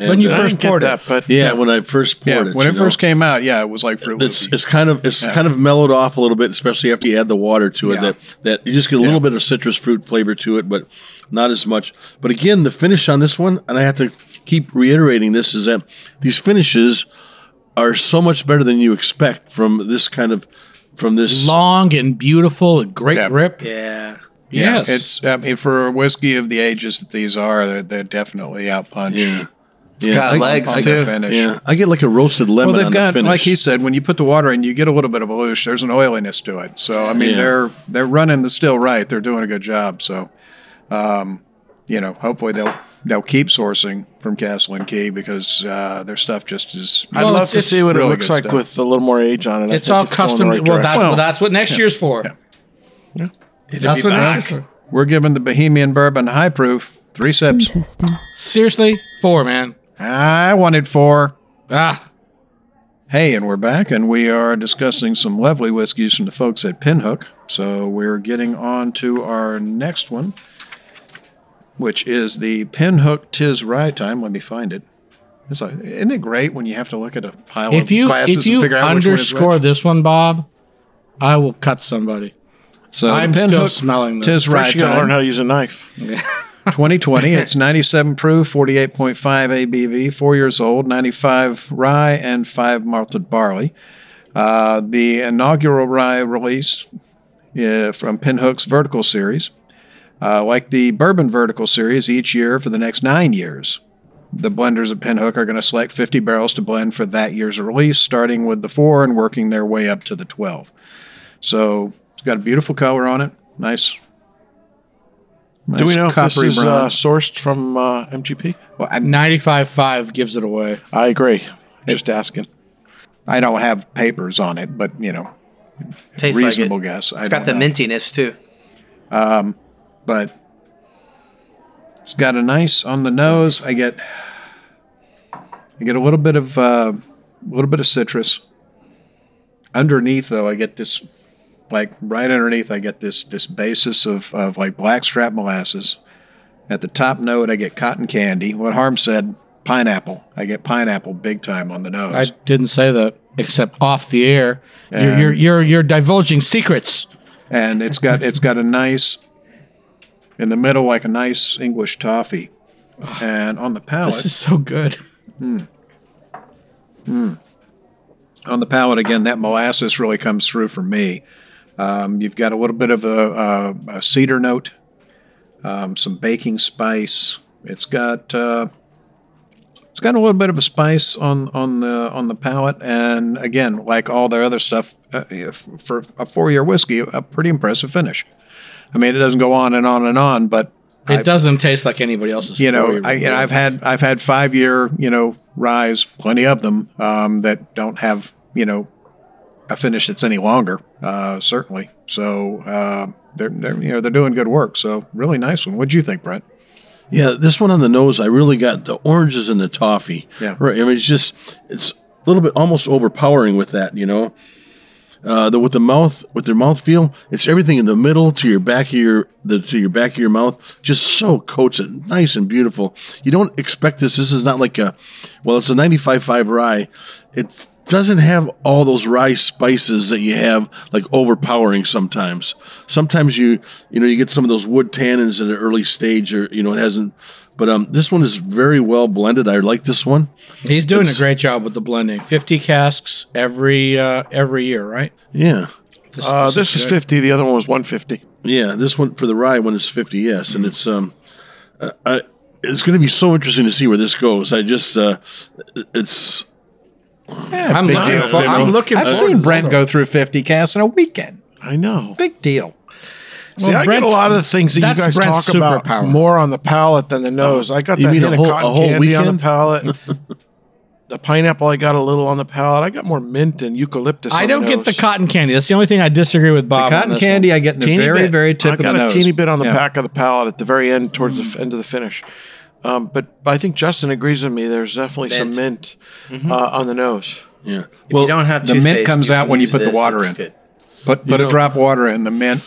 [SPEAKER 5] And,
[SPEAKER 3] When you
[SPEAKER 5] uh,
[SPEAKER 6] I
[SPEAKER 3] first
[SPEAKER 6] didn't get
[SPEAKER 3] poured it.
[SPEAKER 6] that, but
[SPEAKER 5] yeah, when I first poured it,
[SPEAKER 2] When
[SPEAKER 5] you
[SPEAKER 2] it
[SPEAKER 5] know.
[SPEAKER 2] first came out, yeah, it was like fruit.
[SPEAKER 5] It's
[SPEAKER 2] Loops.
[SPEAKER 5] it's kind of it's kind of mellowed off a little bit, especially after you add the water to it.
[SPEAKER 2] Yeah.
[SPEAKER 5] That that you just get a little bit of citrus fruit flavor to it, but not as much. But again, the finish on this one, and I have to keep reiterating this, is that these finishes are so much better than you expect from this kind of from this.
[SPEAKER 3] long and beautiful, a great
[SPEAKER 2] Yeah.
[SPEAKER 3] grip.
[SPEAKER 4] Yeah.
[SPEAKER 2] Yeah,
[SPEAKER 3] Yes,
[SPEAKER 2] it's. I mean, for a whiskey of the ages that these are, they're, they're definitely out punch.
[SPEAKER 5] yeah,
[SPEAKER 4] got
[SPEAKER 5] I-
[SPEAKER 4] legs,
[SPEAKER 2] on
[SPEAKER 4] too.
[SPEAKER 2] The finish.
[SPEAKER 5] yeah, I get like a roasted lemon
[SPEAKER 2] Well, they've
[SPEAKER 5] on
[SPEAKER 2] got,
[SPEAKER 5] the finish.
[SPEAKER 2] like he said, when you put the water in, you get a little bit of a loosh. There's an oiliness to it. So I mean,
[SPEAKER 5] Yeah.
[SPEAKER 2] they're they're running the still right. They're doing a good job. So, um, you know, hopefully they'll they'll keep sourcing from Castle and Key because uh, their stuff just is.
[SPEAKER 6] I'd love to
[SPEAKER 3] it's
[SPEAKER 6] see what it
[SPEAKER 2] really
[SPEAKER 6] looks
[SPEAKER 2] good
[SPEAKER 6] like
[SPEAKER 2] stuff.
[SPEAKER 6] with a little more age on it. I
[SPEAKER 3] it's
[SPEAKER 6] think
[SPEAKER 3] all
[SPEAKER 6] going the
[SPEAKER 3] custom.
[SPEAKER 6] right
[SPEAKER 3] well, that's,
[SPEAKER 6] direction.
[SPEAKER 3] well, that's what next year's for. That's what next year's for.
[SPEAKER 2] We're giving the Bohemian Bourbon High Proof three sips.
[SPEAKER 9] Interesting.
[SPEAKER 3] Seriously, four man.
[SPEAKER 2] I wanted four.
[SPEAKER 3] Ah,
[SPEAKER 2] Hey, and we're back, and we are discussing some lovely whiskeys from the folks at Pinhook. So we're getting on to our next one, which is the Pinhook Tis Rye Time. Let me find it. It's like, isn't it great when you have to look at a pile
[SPEAKER 3] if
[SPEAKER 2] of
[SPEAKER 3] you
[SPEAKER 2] glasses
[SPEAKER 3] if you
[SPEAKER 2] and figure out which one is
[SPEAKER 3] underscore
[SPEAKER 2] which?
[SPEAKER 3] this one, Bob, I will cut somebody.
[SPEAKER 2] So
[SPEAKER 3] I'm
[SPEAKER 2] the
[SPEAKER 3] still
[SPEAKER 2] Pinhook
[SPEAKER 3] smelling this.
[SPEAKER 2] Tis Rye
[SPEAKER 6] First, you got to
[SPEAKER 2] Time, [laughs]
[SPEAKER 6] learn how to use a knife. [laughs]
[SPEAKER 2] 2020. it's 97 proof, 48.5 ABV, four years old, 95 rye and five malted barley. Uh, the inaugural rye release uh, from Pinhook's Vertical Series. Uh, like the Bourbon Vertical Series, each year for the next nine years, the blenders at Pinhook are going to select 50 barrels to blend for that year's release, starting with the four and working their way up to the 12. So it's got a beautiful color on it. Nice.
[SPEAKER 6] Do we
[SPEAKER 2] nice
[SPEAKER 6] know if this
[SPEAKER 2] coppery
[SPEAKER 6] is uh,
[SPEAKER 2] bronze.
[SPEAKER 6] sourced from uh, MGP?
[SPEAKER 2] Well, I,
[SPEAKER 3] Ninety-five five gives it away.
[SPEAKER 6] I agree. Just asking.
[SPEAKER 2] I don't have papers on it, but you know,
[SPEAKER 4] Tastes
[SPEAKER 2] reasonable
[SPEAKER 4] like it.
[SPEAKER 2] guess. I
[SPEAKER 4] It's got
[SPEAKER 2] don't
[SPEAKER 4] the
[SPEAKER 2] know.
[SPEAKER 4] mintiness too.
[SPEAKER 2] but it's got a nice on the nose. I get I get a little bit of uh, a little bit of citrus. Underneath though, I get this like right underneath I get this this basis of, of like blackstrap molasses. At the top note I get cotton candy. What Harm said, pineapple. I get pineapple big time on the nose.
[SPEAKER 3] I didn't say that except off the air. You're, you're you're you're divulging secrets.
[SPEAKER 2] and it's got it's got a nice in the middle like a nice English toffee. And on the palate
[SPEAKER 3] This is so good.
[SPEAKER 2] on the palate again that molasses really comes through for me um, you've got a little bit of a, uh, a, a cedar note um, some baking spice it's got uh, it's got a little bit of a spice on on the on the palate and again like all their other stuff uh, if- for a four year whiskey, a pretty impressive finish. I mean, it doesn't go on and on and on, but
[SPEAKER 3] It doesn't taste like anybody else's.
[SPEAKER 2] you know,
[SPEAKER 3] four-year-old.
[SPEAKER 2] I, and I've had I've had five year you know ryes, plenty of them um, that don't have you know a finish that's any longer. Uh, certainly, so uh, they're, they're you know they're doing good work. So really nice one. What'd you think, Brent?
[SPEAKER 5] Yeah, this one on the nose, I really got the oranges and the toffee.
[SPEAKER 2] Yeah.
[SPEAKER 5] Right. I mean, it's just, it's a little bit almost overpowering with that, you know? Uh, the, with the mouth, with their mouth feel, it's everything in the middle to your back of your, the, to your back of your mouth, just so coats it nice and beautiful. You don't expect this. This is not like a, well, it's a 95.5 rye. It doesn't have all those rye spices that you have like overpowering sometimes. Sometimes you you know you get some of those wood tannins in an early stage or you know it hasn't but um this one is very well blended. I like this one.
[SPEAKER 3] He's doing a
[SPEAKER 5] It's-
[SPEAKER 3] great job with the blending. Fifty casks every uh, every year, right?
[SPEAKER 5] Yeah.
[SPEAKER 3] This,
[SPEAKER 6] Uh, this is
[SPEAKER 3] good.
[SPEAKER 6] 50. The other one was 150.
[SPEAKER 5] Yeah, this one for the rye one is 50 yes and it's um uh, I, it's going to be so interesting to see where this goes. I just uh it's
[SPEAKER 3] I'm looking.
[SPEAKER 2] deal,
[SPEAKER 3] for- I'm
[SPEAKER 5] Jimmy.
[SPEAKER 3] looking.
[SPEAKER 2] I've
[SPEAKER 3] forward
[SPEAKER 2] seen
[SPEAKER 3] to
[SPEAKER 2] Brent
[SPEAKER 3] it.
[SPEAKER 2] go through fifty casts in a weekend.
[SPEAKER 6] I know.
[SPEAKER 2] Big deal.
[SPEAKER 6] See, I
[SPEAKER 3] Brent-
[SPEAKER 6] get a lot of the things that you
[SPEAKER 3] that's
[SPEAKER 6] guys
[SPEAKER 3] Brent's
[SPEAKER 6] talk about
[SPEAKER 3] superpower.
[SPEAKER 6] more on the palate than the nose. I got
[SPEAKER 5] you
[SPEAKER 6] that
[SPEAKER 5] mean
[SPEAKER 6] hint
[SPEAKER 5] a whole-
[SPEAKER 6] of cotton
[SPEAKER 5] a whole
[SPEAKER 6] candy on
[SPEAKER 5] weekend?
[SPEAKER 6] the palate. the pineapple, I got a little on the palate. I got more mint and eucalyptus.
[SPEAKER 3] I
[SPEAKER 6] on
[SPEAKER 3] don't
[SPEAKER 6] the
[SPEAKER 3] get the
[SPEAKER 6] nose.
[SPEAKER 3] cotton candy. That's the only thing I disagree with Bob. on
[SPEAKER 2] Cotton
[SPEAKER 3] this
[SPEAKER 2] candy, I get in the
[SPEAKER 6] Teeny
[SPEAKER 2] very
[SPEAKER 6] bit.
[SPEAKER 2] very tip
[SPEAKER 6] I
[SPEAKER 2] of
[SPEAKER 6] got
[SPEAKER 2] the
[SPEAKER 6] a
[SPEAKER 2] nose.
[SPEAKER 6] teeny bit on the
[SPEAKER 2] Yeah.
[SPEAKER 6] back of the palate at the very end, towards the f- end of the finish. Um, but I think Justin agrees with me. There's definitely some mint uh, on the nose.
[SPEAKER 5] yeah.
[SPEAKER 4] If you don't have
[SPEAKER 2] the mint
[SPEAKER 4] toothpaste,
[SPEAKER 2] comes out when you
[SPEAKER 4] use
[SPEAKER 2] put the
[SPEAKER 4] this,
[SPEAKER 2] water
[SPEAKER 4] it's
[SPEAKER 2] in.
[SPEAKER 4] good.
[SPEAKER 2] Put put a
[SPEAKER 5] know-
[SPEAKER 2] drop of water in, the mint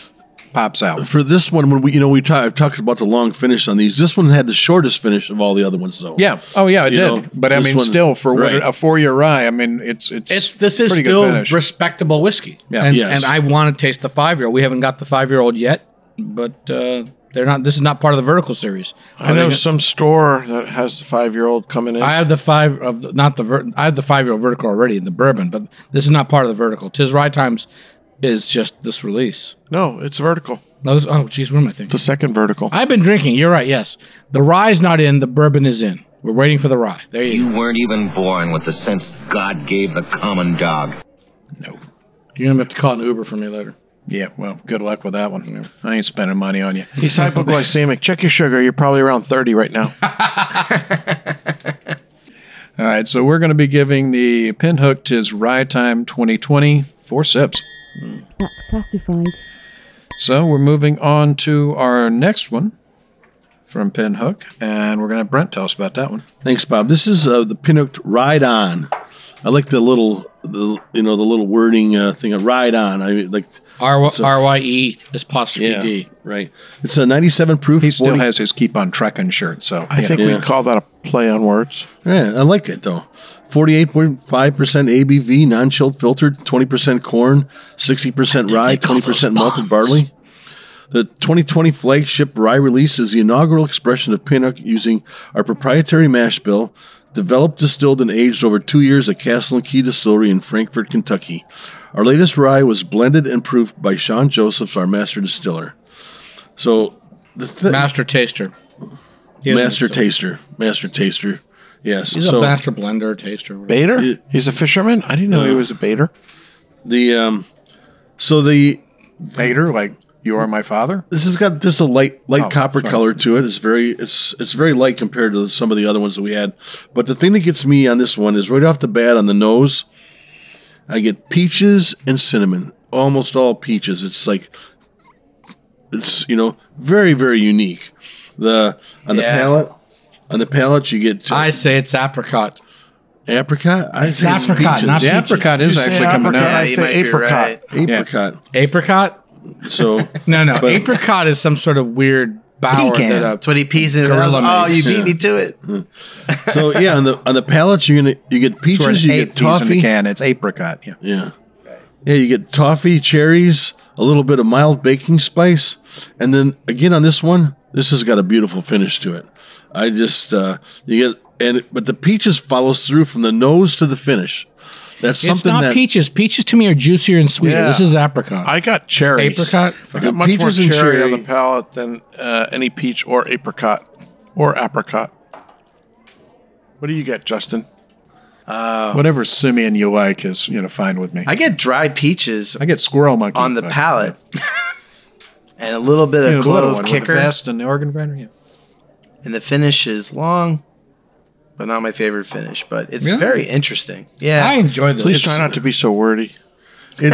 [SPEAKER 2] pops out.
[SPEAKER 5] for this one, when we, you know, we ta- I've talked about the long finish on these. This one had the shortest finish of all the other ones, though.
[SPEAKER 2] Yeah. Oh, yeah, it
[SPEAKER 5] You
[SPEAKER 2] did.
[SPEAKER 5] know,
[SPEAKER 2] but I
[SPEAKER 5] this
[SPEAKER 2] mean,
[SPEAKER 5] one-
[SPEAKER 2] still for what
[SPEAKER 5] right.
[SPEAKER 2] a four-year rye. I mean, it's it's,
[SPEAKER 3] It's this is
[SPEAKER 2] pretty good
[SPEAKER 3] still
[SPEAKER 2] finish.
[SPEAKER 3] respectable whiskey.
[SPEAKER 2] Yeah.
[SPEAKER 3] And,
[SPEAKER 5] Yes.
[SPEAKER 3] and I want to taste the five year old. We haven't got the five year old yet, but uh, they're not. This is not part of the vertical series.
[SPEAKER 6] I know some store that has the five year old coming in.
[SPEAKER 3] I have the five of the, not the ver- I have the five year old vertical already in the bourbon, but this is not part of the vertical. Tis Rye Times is just this release.
[SPEAKER 6] no, it's vertical. Ah,
[SPEAKER 3] No, this, oh, geez, what am I thinking?
[SPEAKER 6] The second vertical.
[SPEAKER 3] I've been drinking. You're right. Yes, the rye's not in. The bourbon is in. We're waiting for the rye. There you
[SPEAKER 8] You
[SPEAKER 3] go.
[SPEAKER 8] weren't even born with the sense God gave the common dog.
[SPEAKER 3] You're gonna have to call an Uber for me later.
[SPEAKER 2] yeah. Well, good luck with that one. I ain't spending money on you.
[SPEAKER 6] He's hypoglycemic. Check your sugar. You're probably around 30
[SPEAKER 2] [laughs]
[SPEAKER 6] right now.
[SPEAKER 2] All right, so we're going to be giving the Pinhook Tis Rye Time 2020 four sips.
[SPEAKER 9] That's classified.
[SPEAKER 2] So we're moving on to our next one from Pinhook, and we're going to have Brent tell us about that one.
[SPEAKER 5] Thanks, Bob. This is uh, the Pinnock Ride On. I like the little, the you know, the little wording uh, thing. of Ride On. I like.
[SPEAKER 3] R
[SPEAKER 5] So-
[SPEAKER 3] R Y E apostrophe D.
[SPEAKER 5] Right. It's a 97 proof.
[SPEAKER 2] He still
[SPEAKER 5] 40
[SPEAKER 2] has his keep on trekking shirt, so
[SPEAKER 6] I
[SPEAKER 2] you
[SPEAKER 6] think
[SPEAKER 2] know.
[SPEAKER 6] we call that a play on words.
[SPEAKER 5] Yeah, I like it though. 48.5% ABV, non chilled filtered, 20% corn, 60% rye, 20% malted barley. The 2020 flagship rye release is the inaugural expression of Pinnock using our proprietary mash bill, developed, distilled, and aged over two years at Castle and Key Distillery in Frankfort, Kentucky. Our latest rye was blended and proofed by Sean Josephs, our master distiller. So, the thi-
[SPEAKER 3] Master taster. He is a
[SPEAKER 5] master
[SPEAKER 3] master-
[SPEAKER 5] taster, master taster. Yes.
[SPEAKER 3] He's
[SPEAKER 5] so,
[SPEAKER 3] a master blender taster. whatever.
[SPEAKER 6] Bader? He's a fisherman? I didn't know he was a baiter.
[SPEAKER 5] The um, so the
[SPEAKER 2] Vader, like you are my father.
[SPEAKER 5] this has got just a light light
[SPEAKER 2] Oh,
[SPEAKER 5] copper
[SPEAKER 2] sorry.
[SPEAKER 5] color to it. It's very it's it's very light compared to some of the other ones that we had. But the thing that gets me on this one is right off the bat on the nose, I get peaches and cinnamon. Almost all peaches. It's like it's you know very very unique. The on the
[SPEAKER 4] Yeah.
[SPEAKER 5] palate on the palate you get uh,
[SPEAKER 3] I say it's apricot.
[SPEAKER 5] apricot. I it's
[SPEAKER 3] apricot, not
[SPEAKER 2] The
[SPEAKER 3] Peaches.
[SPEAKER 2] apricot is
[SPEAKER 6] You say
[SPEAKER 2] actually coming
[SPEAKER 6] apricot,
[SPEAKER 2] out.
[SPEAKER 6] I
[SPEAKER 4] you
[SPEAKER 6] say
[SPEAKER 4] might be
[SPEAKER 6] apricot.
[SPEAKER 4] right.
[SPEAKER 5] apricot.
[SPEAKER 3] Apricot?
[SPEAKER 5] So
[SPEAKER 3] [laughs] No, no.
[SPEAKER 5] But-
[SPEAKER 3] apricot is some sort of weird bower
[SPEAKER 2] Pecan.
[SPEAKER 3] that uh, a
[SPEAKER 4] That's what he pees in.
[SPEAKER 3] Gorilla
[SPEAKER 4] Oh, you
[SPEAKER 3] makes.
[SPEAKER 4] beat
[SPEAKER 5] Yeah.
[SPEAKER 4] me to it.
[SPEAKER 5] so yeah on the on the palate you're gonna you get
[SPEAKER 2] It's where an
[SPEAKER 5] peaches you
[SPEAKER 2] ape
[SPEAKER 5] get
[SPEAKER 2] peas in the
[SPEAKER 5] toffee.
[SPEAKER 2] can. It's apricot. Yeah.
[SPEAKER 5] Yeah. Yeah, you get toffee, cherries, a little bit of mild baking spice. And then again on this one, this has got a beautiful finish to it. I just uh you get and but the peaches follows through from the nose to the finish. That's
[SPEAKER 3] It's
[SPEAKER 5] something
[SPEAKER 3] not
[SPEAKER 5] that
[SPEAKER 3] peaches. Peaches to me are juicier and sweeter.
[SPEAKER 6] Yeah.
[SPEAKER 3] This is apricot.
[SPEAKER 6] I got cherry.
[SPEAKER 3] apricot?
[SPEAKER 6] I got much more
[SPEAKER 5] Peaches and
[SPEAKER 6] cherry, on
[SPEAKER 5] cherry.
[SPEAKER 6] the palate than uh, any peach or apricot or apricot. What do you get, Justin? Oh.
[SPEAKER 2] Whatever simian you like is you know fine with me. I,
[SPEAKER 4] [laughs] I get dry peaches
[SPEAKER 2] get squirrel monkey
[SPEAKER 4] on the
[SPEAKER 2] but-
[SPEAKER 4] palate [laughs] and a little bit
[SPEAKER 2] You know,
[SPEAKER 4] of
[SPEAKER 2] the little
[SPEAKER 4] clove
[SPEAKER 2] one
[SPEAKER 4] kicker,
[SPEAKER 2] with the vest and the organ grinder. Yeah.
[SPEAKER 4] and the finish is long, but not my favorite finish. But it's
[SPEAKER 3] Really?
[SPEAKER 4] very interesting. Yeah,
[SPEAKER 3] I enjoy this.
[SPEAKER 6] Please try not to be so wordy.
[SPEAKER 5] It,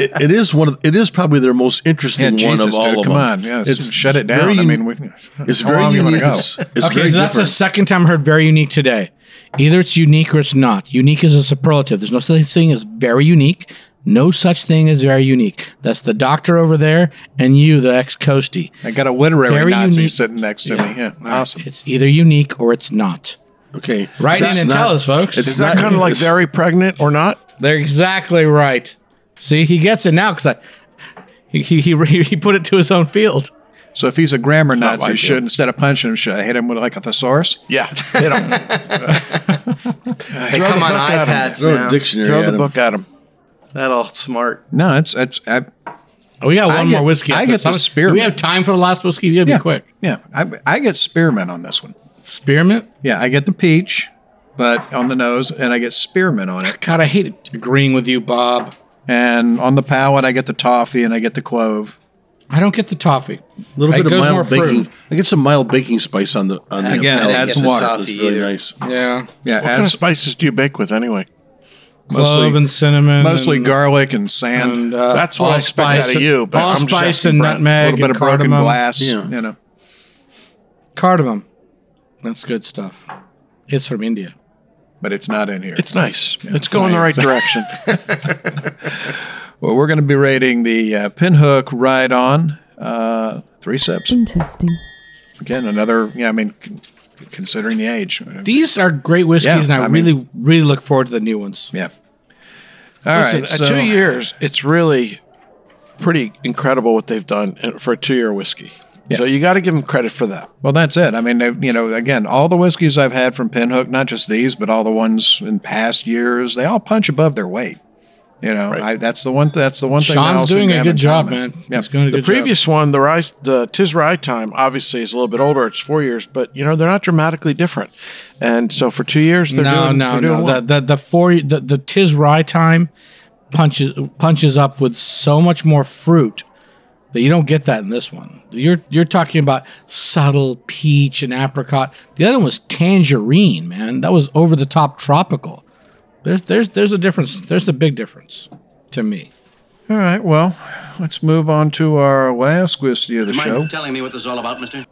[SPEAKER 5] it, it is one of it is probably their most interesting
[SPEAKER 2] Yeah,
[SPEAKER 5] one
[SPEAKER 2] Jesus,
[SPEAKER 5] of all
[SPEAKER 2] dude,
[SPEAKER 5] of
[SPEAKER 2] come
[SPEAKER 5] them.
[SPEAKER 2] on, yeah, it's, shut it down.
[SPEAKER 5] very
[SPEAKER 2] I mean,
[SPEAKER 5] uni-
[SPEAKER 2] we,
[SPEAKER 5] it's
[SPEAKER 2] how
[SPEAKER 5] very
[SPEAKER 2] long you wanna
[SPEAKER 5] unique.
[SPEAKER 2] go?
[SPEAKER 5] It's, it's
[SPEAKER 3] Okay,
[SPEAKER 5] very
[SPEAKER 3] that's the
[SPEAKER 5] different.
[SPEAKER 3] second time I heard very unique today. Either it's unique or it's not. Unique is a superlative. There's no such thing as very unique. No such thing as very unique. That's the doctor over there and you, the ex coastie.
[SPEAKER 2] I got a literary
[SPEAKER 3] Very
[SPEAKER 2] Nazi
[SPEAKER 3] unique.
[SPEAKER 2] sitting next to me. Yeah, awesome.
[SPEAKER 3] It's either unique or it's not.
[SPEAKER 5] okay,
[SPEAKER 3] Right in
[SPEAKER 5] That's
[SPEAKER 3] and
[SPEAKER 5] not-
[SPEAKER 3] tell us, folks.
[SPEAKER 5] it's
[SPEAKER 6] Is that
[SPEAKER 5] not-
[SPEAKER 6] kind of like
[SPEAKER 5] it's-
[SPEAKER 6] very pregnant or not?
[SPEAKER 3] They're exactly right. See, he gets it now because I he, he, he [laughs] he put it to his own field.
[SPEAKER 2] So if he's a grammar
[SPEAKER 6] not
[SPEAKER 2] Nazi,
[SPEAKER 6] my
[SPEAKER 2] should
[SPEAKER 6] field.
[SPEAKER 2] instead of punching him, should I hit him with like a thesaurus? [laughs]
[SPEAKER 6] Yeah, hit 'em.
[SPEAKER 4] they come on
[SPEAKER 6] book at 'em.
[SPEAKER 4] iPads
[SPEAKER 5] throw
[SPEAKER 4] now.
[SPEAKER 5] a dictionary
[SPEAKER 6] Throw
[SPEAKER 5] at
[SPEAKER 6] the
[SPEAKER 5] 'em.
[SPEAKER 6] book at him.
[SPEAKER 4] That all smart.
[SPEAKER 2] No, it's it's I,
[SPEAKER 3] Oh, we got
[SPEAKER 2] I
[SPEAKER 3] one
[SPEAKER 2] get-
[SPEAKER 3] more whiskey.
[SPEAKER 2] I
[SPEAKER 3] after
[SPEAKER 2] get
[SPEAKER 3] this.
[SPEAKER 2] the
[SPEAKER 3] Do We
[SPEAKER 2] spearmint.
[SPEAKER 3] have time for the last whiskey. We gotta
[SPEAKER 2] yeah,
[SPEAKER 3] be quick.
[SPEAKER 2] Yeah, I, I get spearmint on this one.
[SPEAKER 3] Spearmint.
[SPEAKER 2] Yeah, I get the peach, but on the nose, and I get spearmint on it.
[SPEAKER 3] God, I hate agreeing with you, Bob.
[SPEAKER 2] And on the palate, I get the toffee and I get the clove.
[SPEAKER 3] I don't get the toffee.
[SPEAKER 5] A little
[SPEAKER 3] It
[SPEAKER 5] bit of
[SPEAKER 3] goes more
[SPEAKER 5] mild
[SPEAKER 3] fruit.
[SPEAKER 5] baking. I get some mild baking spice on the on the
[SPEAKER 2] Again, it
[SPEAKER 5] palate.
[SPEAKER 2] adds
[SPEAKER 5] It's
[SPEAKER 2] water.
[SPEAKER 5] really
[SPEAKER 4] Either.
[SPEAKER 5] nice.
[SPEAKER 3] Yeah,
[SPEAKER 2] Yeah,
[SPEAKER 6] What kind of
[SPEAKER 2] adds
[SPEAKER 6] spices do you bake with anyway?
[SPEAKER 3] clove and cinnamon.
[SPEAKER 2] mostly
[SPEAKER 3] and,
[SPEAKER 2] garlic and sand,
[SPEAKER 3] and, uh,
[SPEAKER 6] That's what I expect
[SPEAKER 3] allspice
[SPEAKER 6] out of
[SPEAKER 3] and-
[SPEAKER 6] you, but I'm just
[SPEAKER 3] allspice
[SPEAKER 6] asking
[SPEAKER 3] and
[SPEAKER 6] Brent.
[SPEAKER 2] a
[SPEAKER 3] nutmeg.
[SPEAKER 2] little bit
[SPEAKER 3] and
[SPEAKER 2] of broken
[SPEAKER 3] cardamom.
[SPEAKER 2] glass.
[SPEAKER 5] Yeah.
[SPEAKER 2] You know,
[SPEAKER 3] Cardamom. That's good stuff. It's from India.
[SPEAKER 2] but it's not in here.
[SPEAKER 6] It's nice. it's going the right direction.
[SPEAKER 2] Well, we're going to be rating the uh, Pinhook Ride On uh, three sips.
[SPEAKER 9] Interesting.
[SPEAKER 2] Again, another. Yeah, I mean, con- considering the age. uh,
[SPEAKER 3] These are great whiskeys,
[SPEAKER 2] Yeah,
[SPEAKER 3] and I,
[SPEAKER 2] I mean-
[SPEAKER 3] really, really look forward to the new ones.
[SPEAKER 2] Yeah. [laughs] All right.
[SPEAKER 6] Listen, at
[SPEAKER 2] so
[SPEAKER 6] two years, it's really pretty incredible what they've done uh, for a two-year whiskey. So you got to give them credit for that.
[SPEAKER 2] well, that's it. I mean, they've- you know, again, all the whiskeys I've had from Pinhook, not just these, but all the ones in past years, they all punch above their weight. You know, I, that's the one. That's the one thing. they all
[SPEAKER 3] Sean's
[SPEAKER 2] seem
[SPEAKER 3] doing
[SPEAKER 2] to
[SPEAKER 3] a
[SPEAKER 2] have
[SPEAKER 3] good
[SPEAKER 2] in
[SPEAKER 3] job,
[SPEAKER 2] common.
[SPEAKER 3] man.
[SPEAKER 2] Yeah.
[SPEAKER 3] He's doing a
[SPEAKER 6] The
[SPEAKER 3] good
[SPEAKER 6] previous one, the rise, the tis rye time, obviously is a little bit older. It's four years, but you know they're not dramatically different. And so for two years, they're
[SPEAKER 3] Job. No,
[SPEAKER 6] doing,
[SPEAKER 3] no,
[SPEAKER 6] they're doing
[SPEAKER 3] no.
[SPEAKER 6] well.
[SPEAKER 3] The, the the four the, the tis rye time punches punches up with so much more fruit that you don't get that in this one. You're you're talking about subtle peach and apricot. The other one was tangerine, man. That was over the top tropical. There's there's there's a difference. There's a big difference to me.
[SPEAKER 2] All right. Well, let's move on to our last whiskey of the
[SPEAKER 8] Mind
[SPEAKER 2] show.
[SPEAKER 8] telling me what this is all about, mister?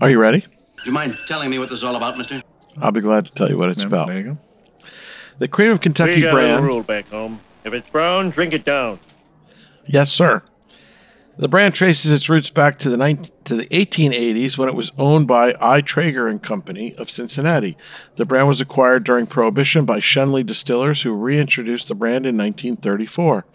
[SPEAKER 6] Are you ready?
[SPEAKER 8] Do you mind telling me what this is all about, mister?
[SPEAKER 6] I'll be glad to tell you what it's about.
[SPEAKER 2] There you go.
[SPEAKER 6] The cream of Kentucky brand.
[SPEAKER 10] back home. Um, If it's brown, drink it down.
[SPEAKER 6] Yes, sir. The brand traces its roots back to the 19, to the 1880s when it was owned by I. Traeger and Company of Cincinnati. The brand was acquired during Prohibition by Shenley Distillers, who reintroduced the brand in 1934.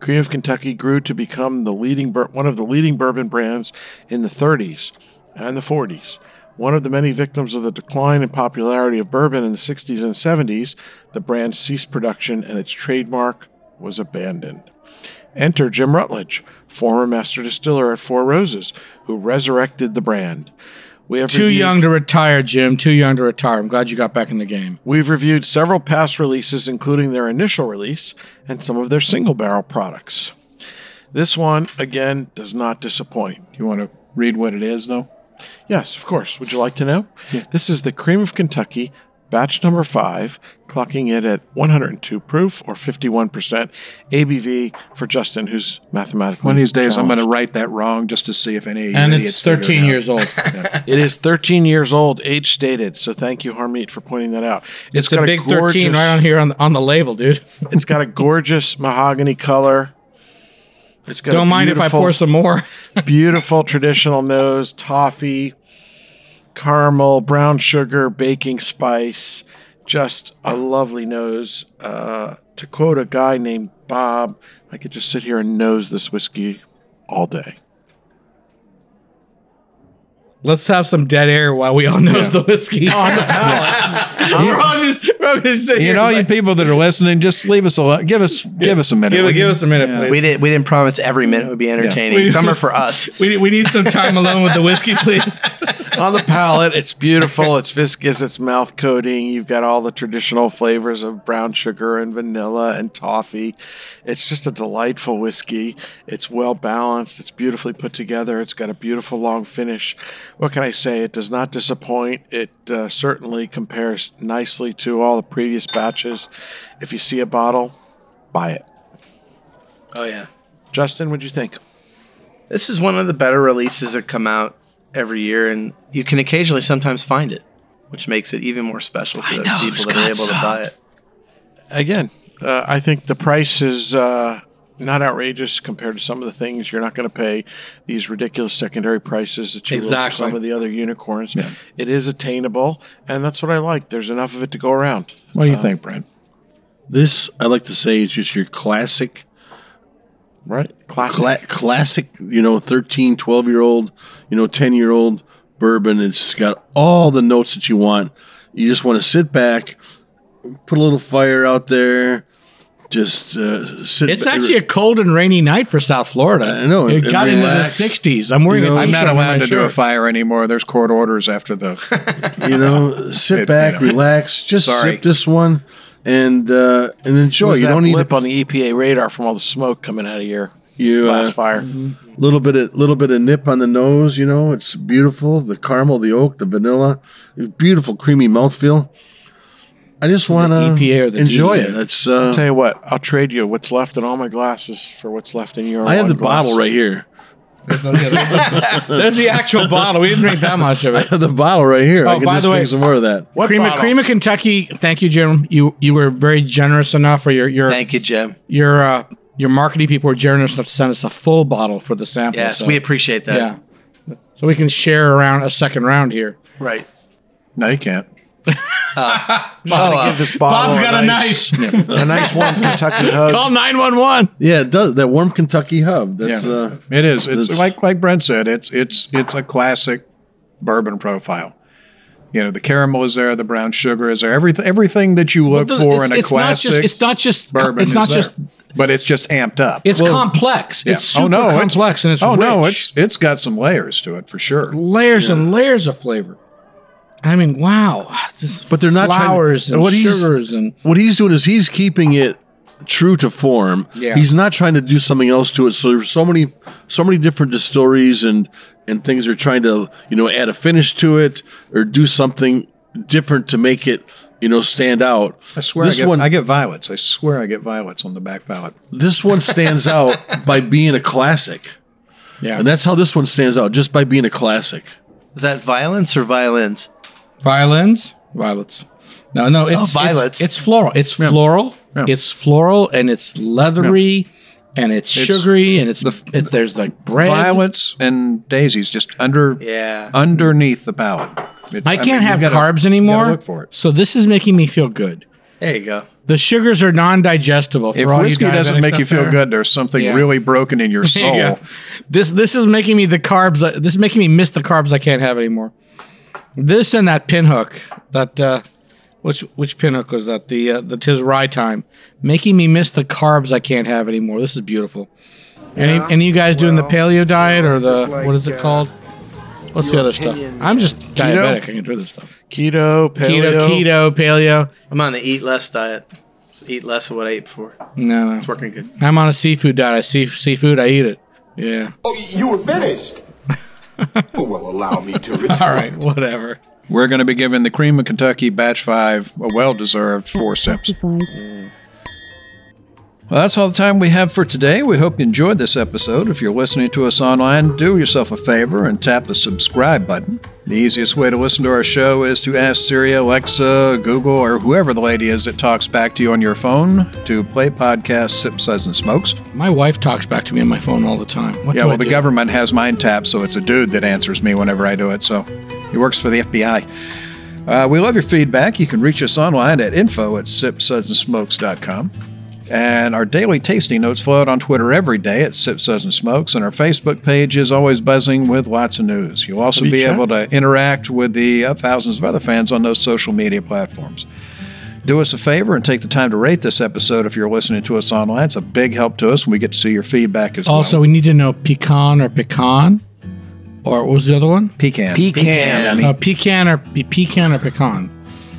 [SPEAKER 6] Cream of Kentucky grew to become the leading bur- one of the leading bourbon brands in the 30s and the 40s. One of the many victims of the decline in popularity of bourbon in the 60s and 70s, the brand ceased production and its trademark was abandoned. Enter Jim Rutledge, former master distiller at Four Roses, who resurrected the brand. We have
[SPEAKER 3] Too
[SPEAKER 6] reviewed-
[SPEAKER 3] young to retire, Jim. Too young to retire. I'm glad you got back in the game.
[SPEAKER 6] We've reviewed several past releases, including their initial release and some of their single barrel products. This one, again, does not disappoint.
[SPEAKER 2] You want to read what it is, though?
[SPEAKER 6] Yes, of course. Would you like to know? This is the Cream of Kentucky, batch number five, clocking it at 102 proof or 51% ABV for Justin, who's mathematically.
[SPEAKER 2] One of these days, I'm going to
[SPEAKER 6] challenged.
[SPEAKER 2] write that wrong just to see if any of you
[SPEAKER 3] And
[SPEAKER 2] idiots
[SPEAKER 3] it's 13 years old.
[SPEAKER 6] It is 13 years old, age stated. So thank you, Harmeet, for pointing that out.
[SPEAKER 3] It's a big 13 right on here on the, on the label, dude.
[SPEAKER 6] It's got a gorgeous mahogany color. It's got a
[SPEAKER 3] Don't mind if I
[SPEAKER 6] beautiful-
[SPEAKER 3] pour some more. [laughs]
[SPEAKER 6] beautiful traditional nose, toffee, caramel, brown sugar, baking spice. Just a lovely nose. Uh, to quote a guy named Bob, I could just sit here and nose this whiskey all day.
[SPEAKER 3] Let's have some dead air while we all nose the whiskey. [laughs] we're all just, we're all just sitting
[SPEAKER 2] You
[SPEAKER 3] here
[SPEAKER 2] know, you
[SPEAKER 3] like,
[SPEAKER 2] people that are listening, just leave us alone. Give us, give us a minute.
[SPEAKER 3] give,
[SPEAKER 2] would
[SPEAKER 3] give
[SPEAKER 2] you?
[SPEAKER 3] us a minute, please.
[SPEAKER 4] We didn't. We didn't promise every minute would be entertaining.
[SPEAKER 3] We-
[SPEAKER 4] [laughs] Some are for us.
[SPEAKER 3] We, need- we need some time alone with the whiskey, please.
[SPEAKER 6] on the palate. It's beautiful. It's viscous. It's mouth coating. You've got all the traditional flavors of brown sugar and vanilla and toffee. It's just a delightful whiskey. It's well balanced. It's beautifully put together. It's got a beautiful long finish. What can I say? It does not disappoint. It uh, certainly compares nicely to all the previous batches. If you see a bottle, buy it.
[SPEAKER 4] Oh yeah.
[SPEAKER 6] Justin, what'd you think?
[SPEAKER 4] This is one of the better releases that come out every year, and you can occasionally sometimes find it, which makes it even more special for those people that are able to buy it.
[SPEAKER 6] again, uh, I think the price is uh, not outrageous compared to some of the things you're not going to pay these ridiculous secondary prices that you will for
[SPEAKER 3] Exactly.
[SPEAKER 6] some of the other unicorns. It is attainable, and that's what I like. There's enough of it to go around.
[SPEAKER 2] What do
[SPEAKER 3] Uh-huh.
[SPEAKER 2] you think, Brent?
[SPEAKER 5] This, I like to say, is just your classic,
[SPEAKER 6] Right? Classic.
[SPEAKER 5] cla- classic, you know, 13, 12 year old, you know, 10 year old bourbon. It's got all the notes that you want. You just want to sit back, put a little fire out there, just uh,
[SPEAKER 3] [laughs]
[SPEAKER 5] sit
[SPEAKER 3] It's
[SPEAKER 5] ba-
[SPEAKER 3] actually a cold and rainy night for South Florida.
[SPEAKER 5] I know,
[SPEAKER 3] It
[SPEAKER 5] and
[SPEAKER 3] got
[SPEAKER 5] relax.
[SPEAKER 3] into the 60s. I'm wearing
[SPEAKER 5] You know,
[SPEAKER 3] a
[SPEAKER 5] I'm
[SPEAKER 2] I'm
[SPEAKER 3] t-shirt
[SPEAKER 2] not
[SPEAKER 3] under my
[SPEAKER 2] allowed to do a
[SPEAKER 3] shirt.
[SPEAKER 2] fire anymore. There's court orders after
[SPEAKER 6] [laughs]
[SPEAKER 2] the.
[SPEAKER 5] you know, sit
[SPEAKER 2] It-
[SPEAKER 5] back,
[SPEAKER 2] you know.
[SPEAKER 5] relax, just
[SPEAKER 2] Sorry.
[SPEAKER 5] sip this one and uh, and enjoy.
[SPEAKER 6] Was
[SPEAKER 5] you
[SPEAKER 6] that
[SPEAKER 5] don't need
[SPEAKER 6] blip on the EPA radar from all the smoke coming out of your
[SPEAKER 5] You, uh,
[SPEAKER 6] last fire.
[SPEAKER 2] mm-hmm.
[SPEAKER 5] a little bit of little bit of nip on the nose. You know, it's beautiful. The caramel, the oak, the vanilla, beautiful creamy mouthfeel. I just want
[SPEAKER 3] EPA or
[SPEAKER 5] to
[SPEAKER 3] the
[SPEAKER 5] enjoy
[SPEAKER 3] DEA.
[SPEAKER 5] it. It's uh,
[SPEAKER 6] Tell you what, I'll trade you what's left in all my glasses for what's left in your.
[SPEAKER 5] I have
[SPEAKER 6] one
[SPEAKER 5] the
[SPEAKER 6] glass.
[SPEAKER 5] bottle right here.
[SPEAKER 3] [laughs]
[SPEAKER 5] [laughs]
[SPEAKER 3] There's the actual bottle. We didn't drink that much of it.
[SPEAKER 5] the bottle right here. I
[SPEAKER 3] Oh,
[SPEAKER 5] can
[SPEAKER 3] by
[SPEAKER 5] just
[SPEAKER 3] the way-
[SPEAKER 5] drink some more of that.
[SPEAKER 6] What
[SPEAKER 3] Cream of,
[SPEAKER 6] bottle?
[SPEAKER 3] Cream of Kentucky. Thank you, Jim. You you were very generous enough, for your your
[SPEAKER 4] Thank you, Jim.
[SPEAKER 3] your uh, your marketing people were generous enough to send us a full bottle for the sample.
[SPEAKER 4] Yes,
[SPEAKER 3] so-
[SPEAKER 4] we appreciate that.
[SPEAKER 3] yeah. So we can share around a second round here.
[SPEAKER 4] Right.
[SPEAKER 2] no, you can't.
[SPEAKER 4] Oh, uh,
[SPEAKER 6] This bottle
[SPEAKER 3] Bob's got a
[SPEAKER 6] nice- a nice
[SPEAKER 2] [laughs]
[SPEAKER 6] warm Kentucky hug.
[SPEAKER 3] Call nine one one.
[SPEAKER 5] Yeah, it does. That warm Kentucky hub. That's
[SPEAKER 2] yeah,
[SPEAKER 5] uh,
[SPEAKER 2] it is. It's
[SPEAKER 5] that's-
[SPEAKER 2] like like Brent said. It's it's it's a classic bourbon profile. You know, the caramel is there, the brown sugar is there, everything everything that you look for in a classic
[SPEAKER 3] Not just, it's not just
[SPEAKER 2] bourbon
[SPEAKER 3] It's not
[SPEAKER 2] is
[SPEAKER 3] just.
[SPEAKER 2] there. But it's just amped up.
[SPEAKER 3] It's
[SPEAKER 2] Well,
[SPEAKER 3] complex.
[SPEAKER 2] yeah.
[SPEAKER 3] It's super complex and it's
[SPEAKER 2] oh no,
[SPEAKER 3] rich.
[SPEAKER 2] it's it's got some layers to it for sure.
[SPEAKER 3] layers and layers of flavor. I mean, wow! Just
[SPEAKER 5] But they're not trying to-
[SPEAKER 3] flowers and
[SPEAKER 5] what he's-
[SPEAKER 3] sugars and
[SPEAKER 5] what he's doing is he's keeping it true to form.
[SPEAKER 3] Yeah.
[SPEAKER 5] He's not trying to do something else to it. So there's so many so many different distilleries and and things are trying to, you know, add a finish to it or do something different to make it, you know, stand out.
[SPEAKER 2] I swear,
[SPEAKER 5] this
[SPEAKER 2] I get,
[SPEAKER 5] one
[SPEAKER 2] I get violets. I swear, I get violets on the back palate.
[SPEAKER 5] this one
[SPEAKER 3] [laughs]
[SPEAKER 5] stands out by being a classic.
[SPEAKER 3] yeah,
[SPEAKER 5] And that's how this one stands out, just by being a classic.
[SPEAKER 4] Is that violence or violins?
[SPEAKER 3] violins, violets. No, no,
[SPEAKER 2] Oh,
[SPEAKER 3] it's it's-
[SPEAKER 4] violets.
[SPEAKER 3] It's, floral. It's floral. It's floral, and it's leathery, and it's, sugary, and it's it, there's like bread.
[SPEAKER 2] Violets and daisies just under
[SPEAKER 4] Yeah.
[SPEAKER 2] underneath the palate. It's-
[SPEAKER 3] I
[SPEAKER 2] mean,
[SPEAKER 3] can't
[SPEAKER 2] you
[SPEAKER 3] have
[SPEAKER 2] gotta-
[SPEAKER 3] carbs
[SPEAKER 2] you gotta
[SPEAKER 3] anymore.
[SPEAKER 2] Look for it.
[SPEAKER 3] So this is making me feel good.
[SPEAKER 4] There you go.
[SPEAKER 3] The sugars are non-digestible. For
[SPEAKER 2] If
[SPEAKER 3] all you
[SPEAKER 2] whiskey doesn't
[SPEAKER 3] diabetics
[SPEAKER 2] make you
[SPEAKER 3] out
[SPEAKER 2] feel
[SPEAKER 3] there.
[SPEAKER 2] good, there's something
[SPEAKER 3] Yeah.
[SPEAKER 2] really broken in
[SPEAKER 3] [laughs]
[SPEAKER 2] your soul.
[SPEAKER 3] Yeah. This this is making me the carbs. This is making me miss the carbs I can't have anymore. This and that pinhook. That uh, which which pinhook was that? The uh, the tis rye time, making me miss the carbs I can't have anymore. This is beautiful. Any any of you guys doing the paleo diet or the what is it called? What's the other stuff? I'm just diabetic. I can do this stuff.
[SPEAKER 6] Keto, paleo.
[SPEAKER 3] Keto, keto, paleo.
[SPEAKER 4] I'm on the eat less diet. Just eat less of what I ate before.
[SPEAKER 3] No,
[SPEAKER 4] It's
[SPEAKER 3] no.
[SPEAKER 4] working good.
[SPEAKER 3] I'm on a seafood diet. I see seafood. I eat it. Yeah. [laughs]
[SPEAKER 10] You were finished. [laughs] well, allow me to return.
[SPEAKER 3] All right. Whatever.
[SPEAKER 2] We're going to be giving the Cream of Kentucky Batch 5 a well deserved four sips.
[SPEAKER 3] [laughs]
[SPEAKER 9] Classified.
[SPEAKER 2] Well, that's all the time we have for today. We hope you enjoyed this episode. If you're listening to us online, do yourself a favor and tap the subscribe button. The easiest way to listen to our show is to ask Siri, Alexa, Google, or whoever the lady is that talks back to you on your phone to play podcast Sip, Size, and Smokes.
[SPEAKER 3] My wife talks back to me on my phone all the time. What
[SPEAKER 2] Yeah,
[SPEAKER 3] do I
[SPEAKER 2] well, the
[SPEAKER 3] do?
[SPEAKER 2] government has mine tapped, so it's a dude that answers me whenever I do it. So he works for the FBI. Uh, we love your feedback. You can reach us online at info at sipsudsandsmokes.com. And our daily tasting notes flow out on Twitter every day at Sip Says and Smokes, and our Facebook page is always buzzing with lots of news. You'll also
[SPEAKER 6] Have you
[SPEAKER 2] be
[SPEAKER 6] checked?
[SPEAKER 2] able to interact with the uh, thousands of other fans on those social media platforms. Do us a favor and take the time to rate this episode if you're listening to us online. It's a big help to us, and we get to see your feedback as
[SPEAKER 3] Also,
[SPEAKER 2] well.
[SPEAKER 3] Oh, we need to know pecan or pecan, or what was the other one?
[SPEAKER 2] pecan.
[SPEAKER 4] Pecan.
[SPEAKER 2] I mean,
[SPEAKER 3] Uh, pecan or pe- pecan or pecan.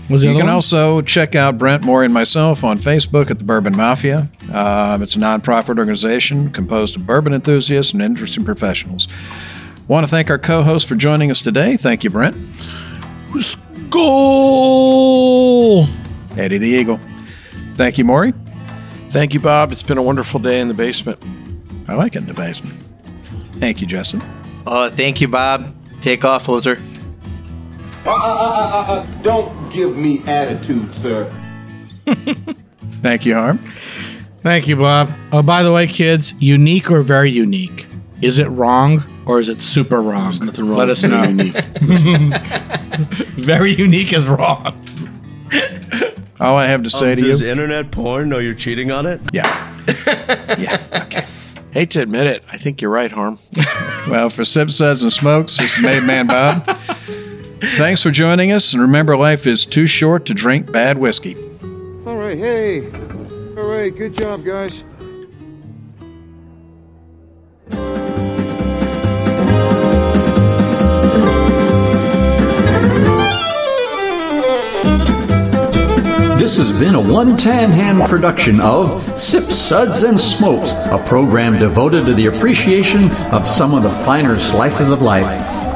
[SPEAKER 3] Was the
[SPEAKER 2] You
[SPEAKER 3] other
[SPEAKER 2] can
[SPEAKER 3] one?
[SPEAKER 2] also check out Brent Moore and myself on Facebook at the Bourbon Mafia. Um, it's a nonprofit organization composed of bourbon enthusiasts and interested professionals. Want to thank our co host for joining us today. Thank you, Brent.
[SPEAKER 6] Skull!
[SPEAKER 2] Eddie the Eagle. Thank you, Maury.
[SPEAKER 6] Thank you, Bob. It's been a wonderful day in the basement.
[SPEAKER 2] I like it in the basement. Thank you, Justin.
[SPEAKER 4] Oh, thank you, Bob. Take off, Hoser.
[SPEAKER 10] Uh, Don't give me attitude, sir.
[SPEAKER 2] Thank you, Harm.
[SPEAKER 3] Thank you, Bob. Oh, by the way, kids, unique or very unique? Is it wrong or is it super wrong?
[SPEAKER 5] Nothing wrong
[SPEAKER 3] Let us
[SPEAKER 5] with
[SPEAKER 3] know.
[SPEAKER 5] being unique.
[SPEAKER 3] Very unique is wrong.
[SPEAKER 2] All I have
[SPEAKER 3] [laughs]
[SPEAKER 2] to say to
[SPEAKER 11] Does
[SPEAKER 2] you.
[SPEAKER 11] internet porn know you're cheating on it?
[SPEAKER 2] Yeah. yeah. Okay.
[SPEAKER 6] Hate to admit it. I think you're right, Harm.
[SPEAKER 2] [laughs] Well, for Sip Suds and Smokes, it's Made Man
[SPEAKER 6] [laughs]
[SPEAKER 2] Bob. Thanks for joining us, and remember life is too short to drink bad whiskey.
[SPEAKER 10] All right, hey. All right, good job, guys.
[SPEAKER 1] This has been a one tan hand production of Sip Suds and Smokes, a program devoted to the appreciation of some of the finer slices of life.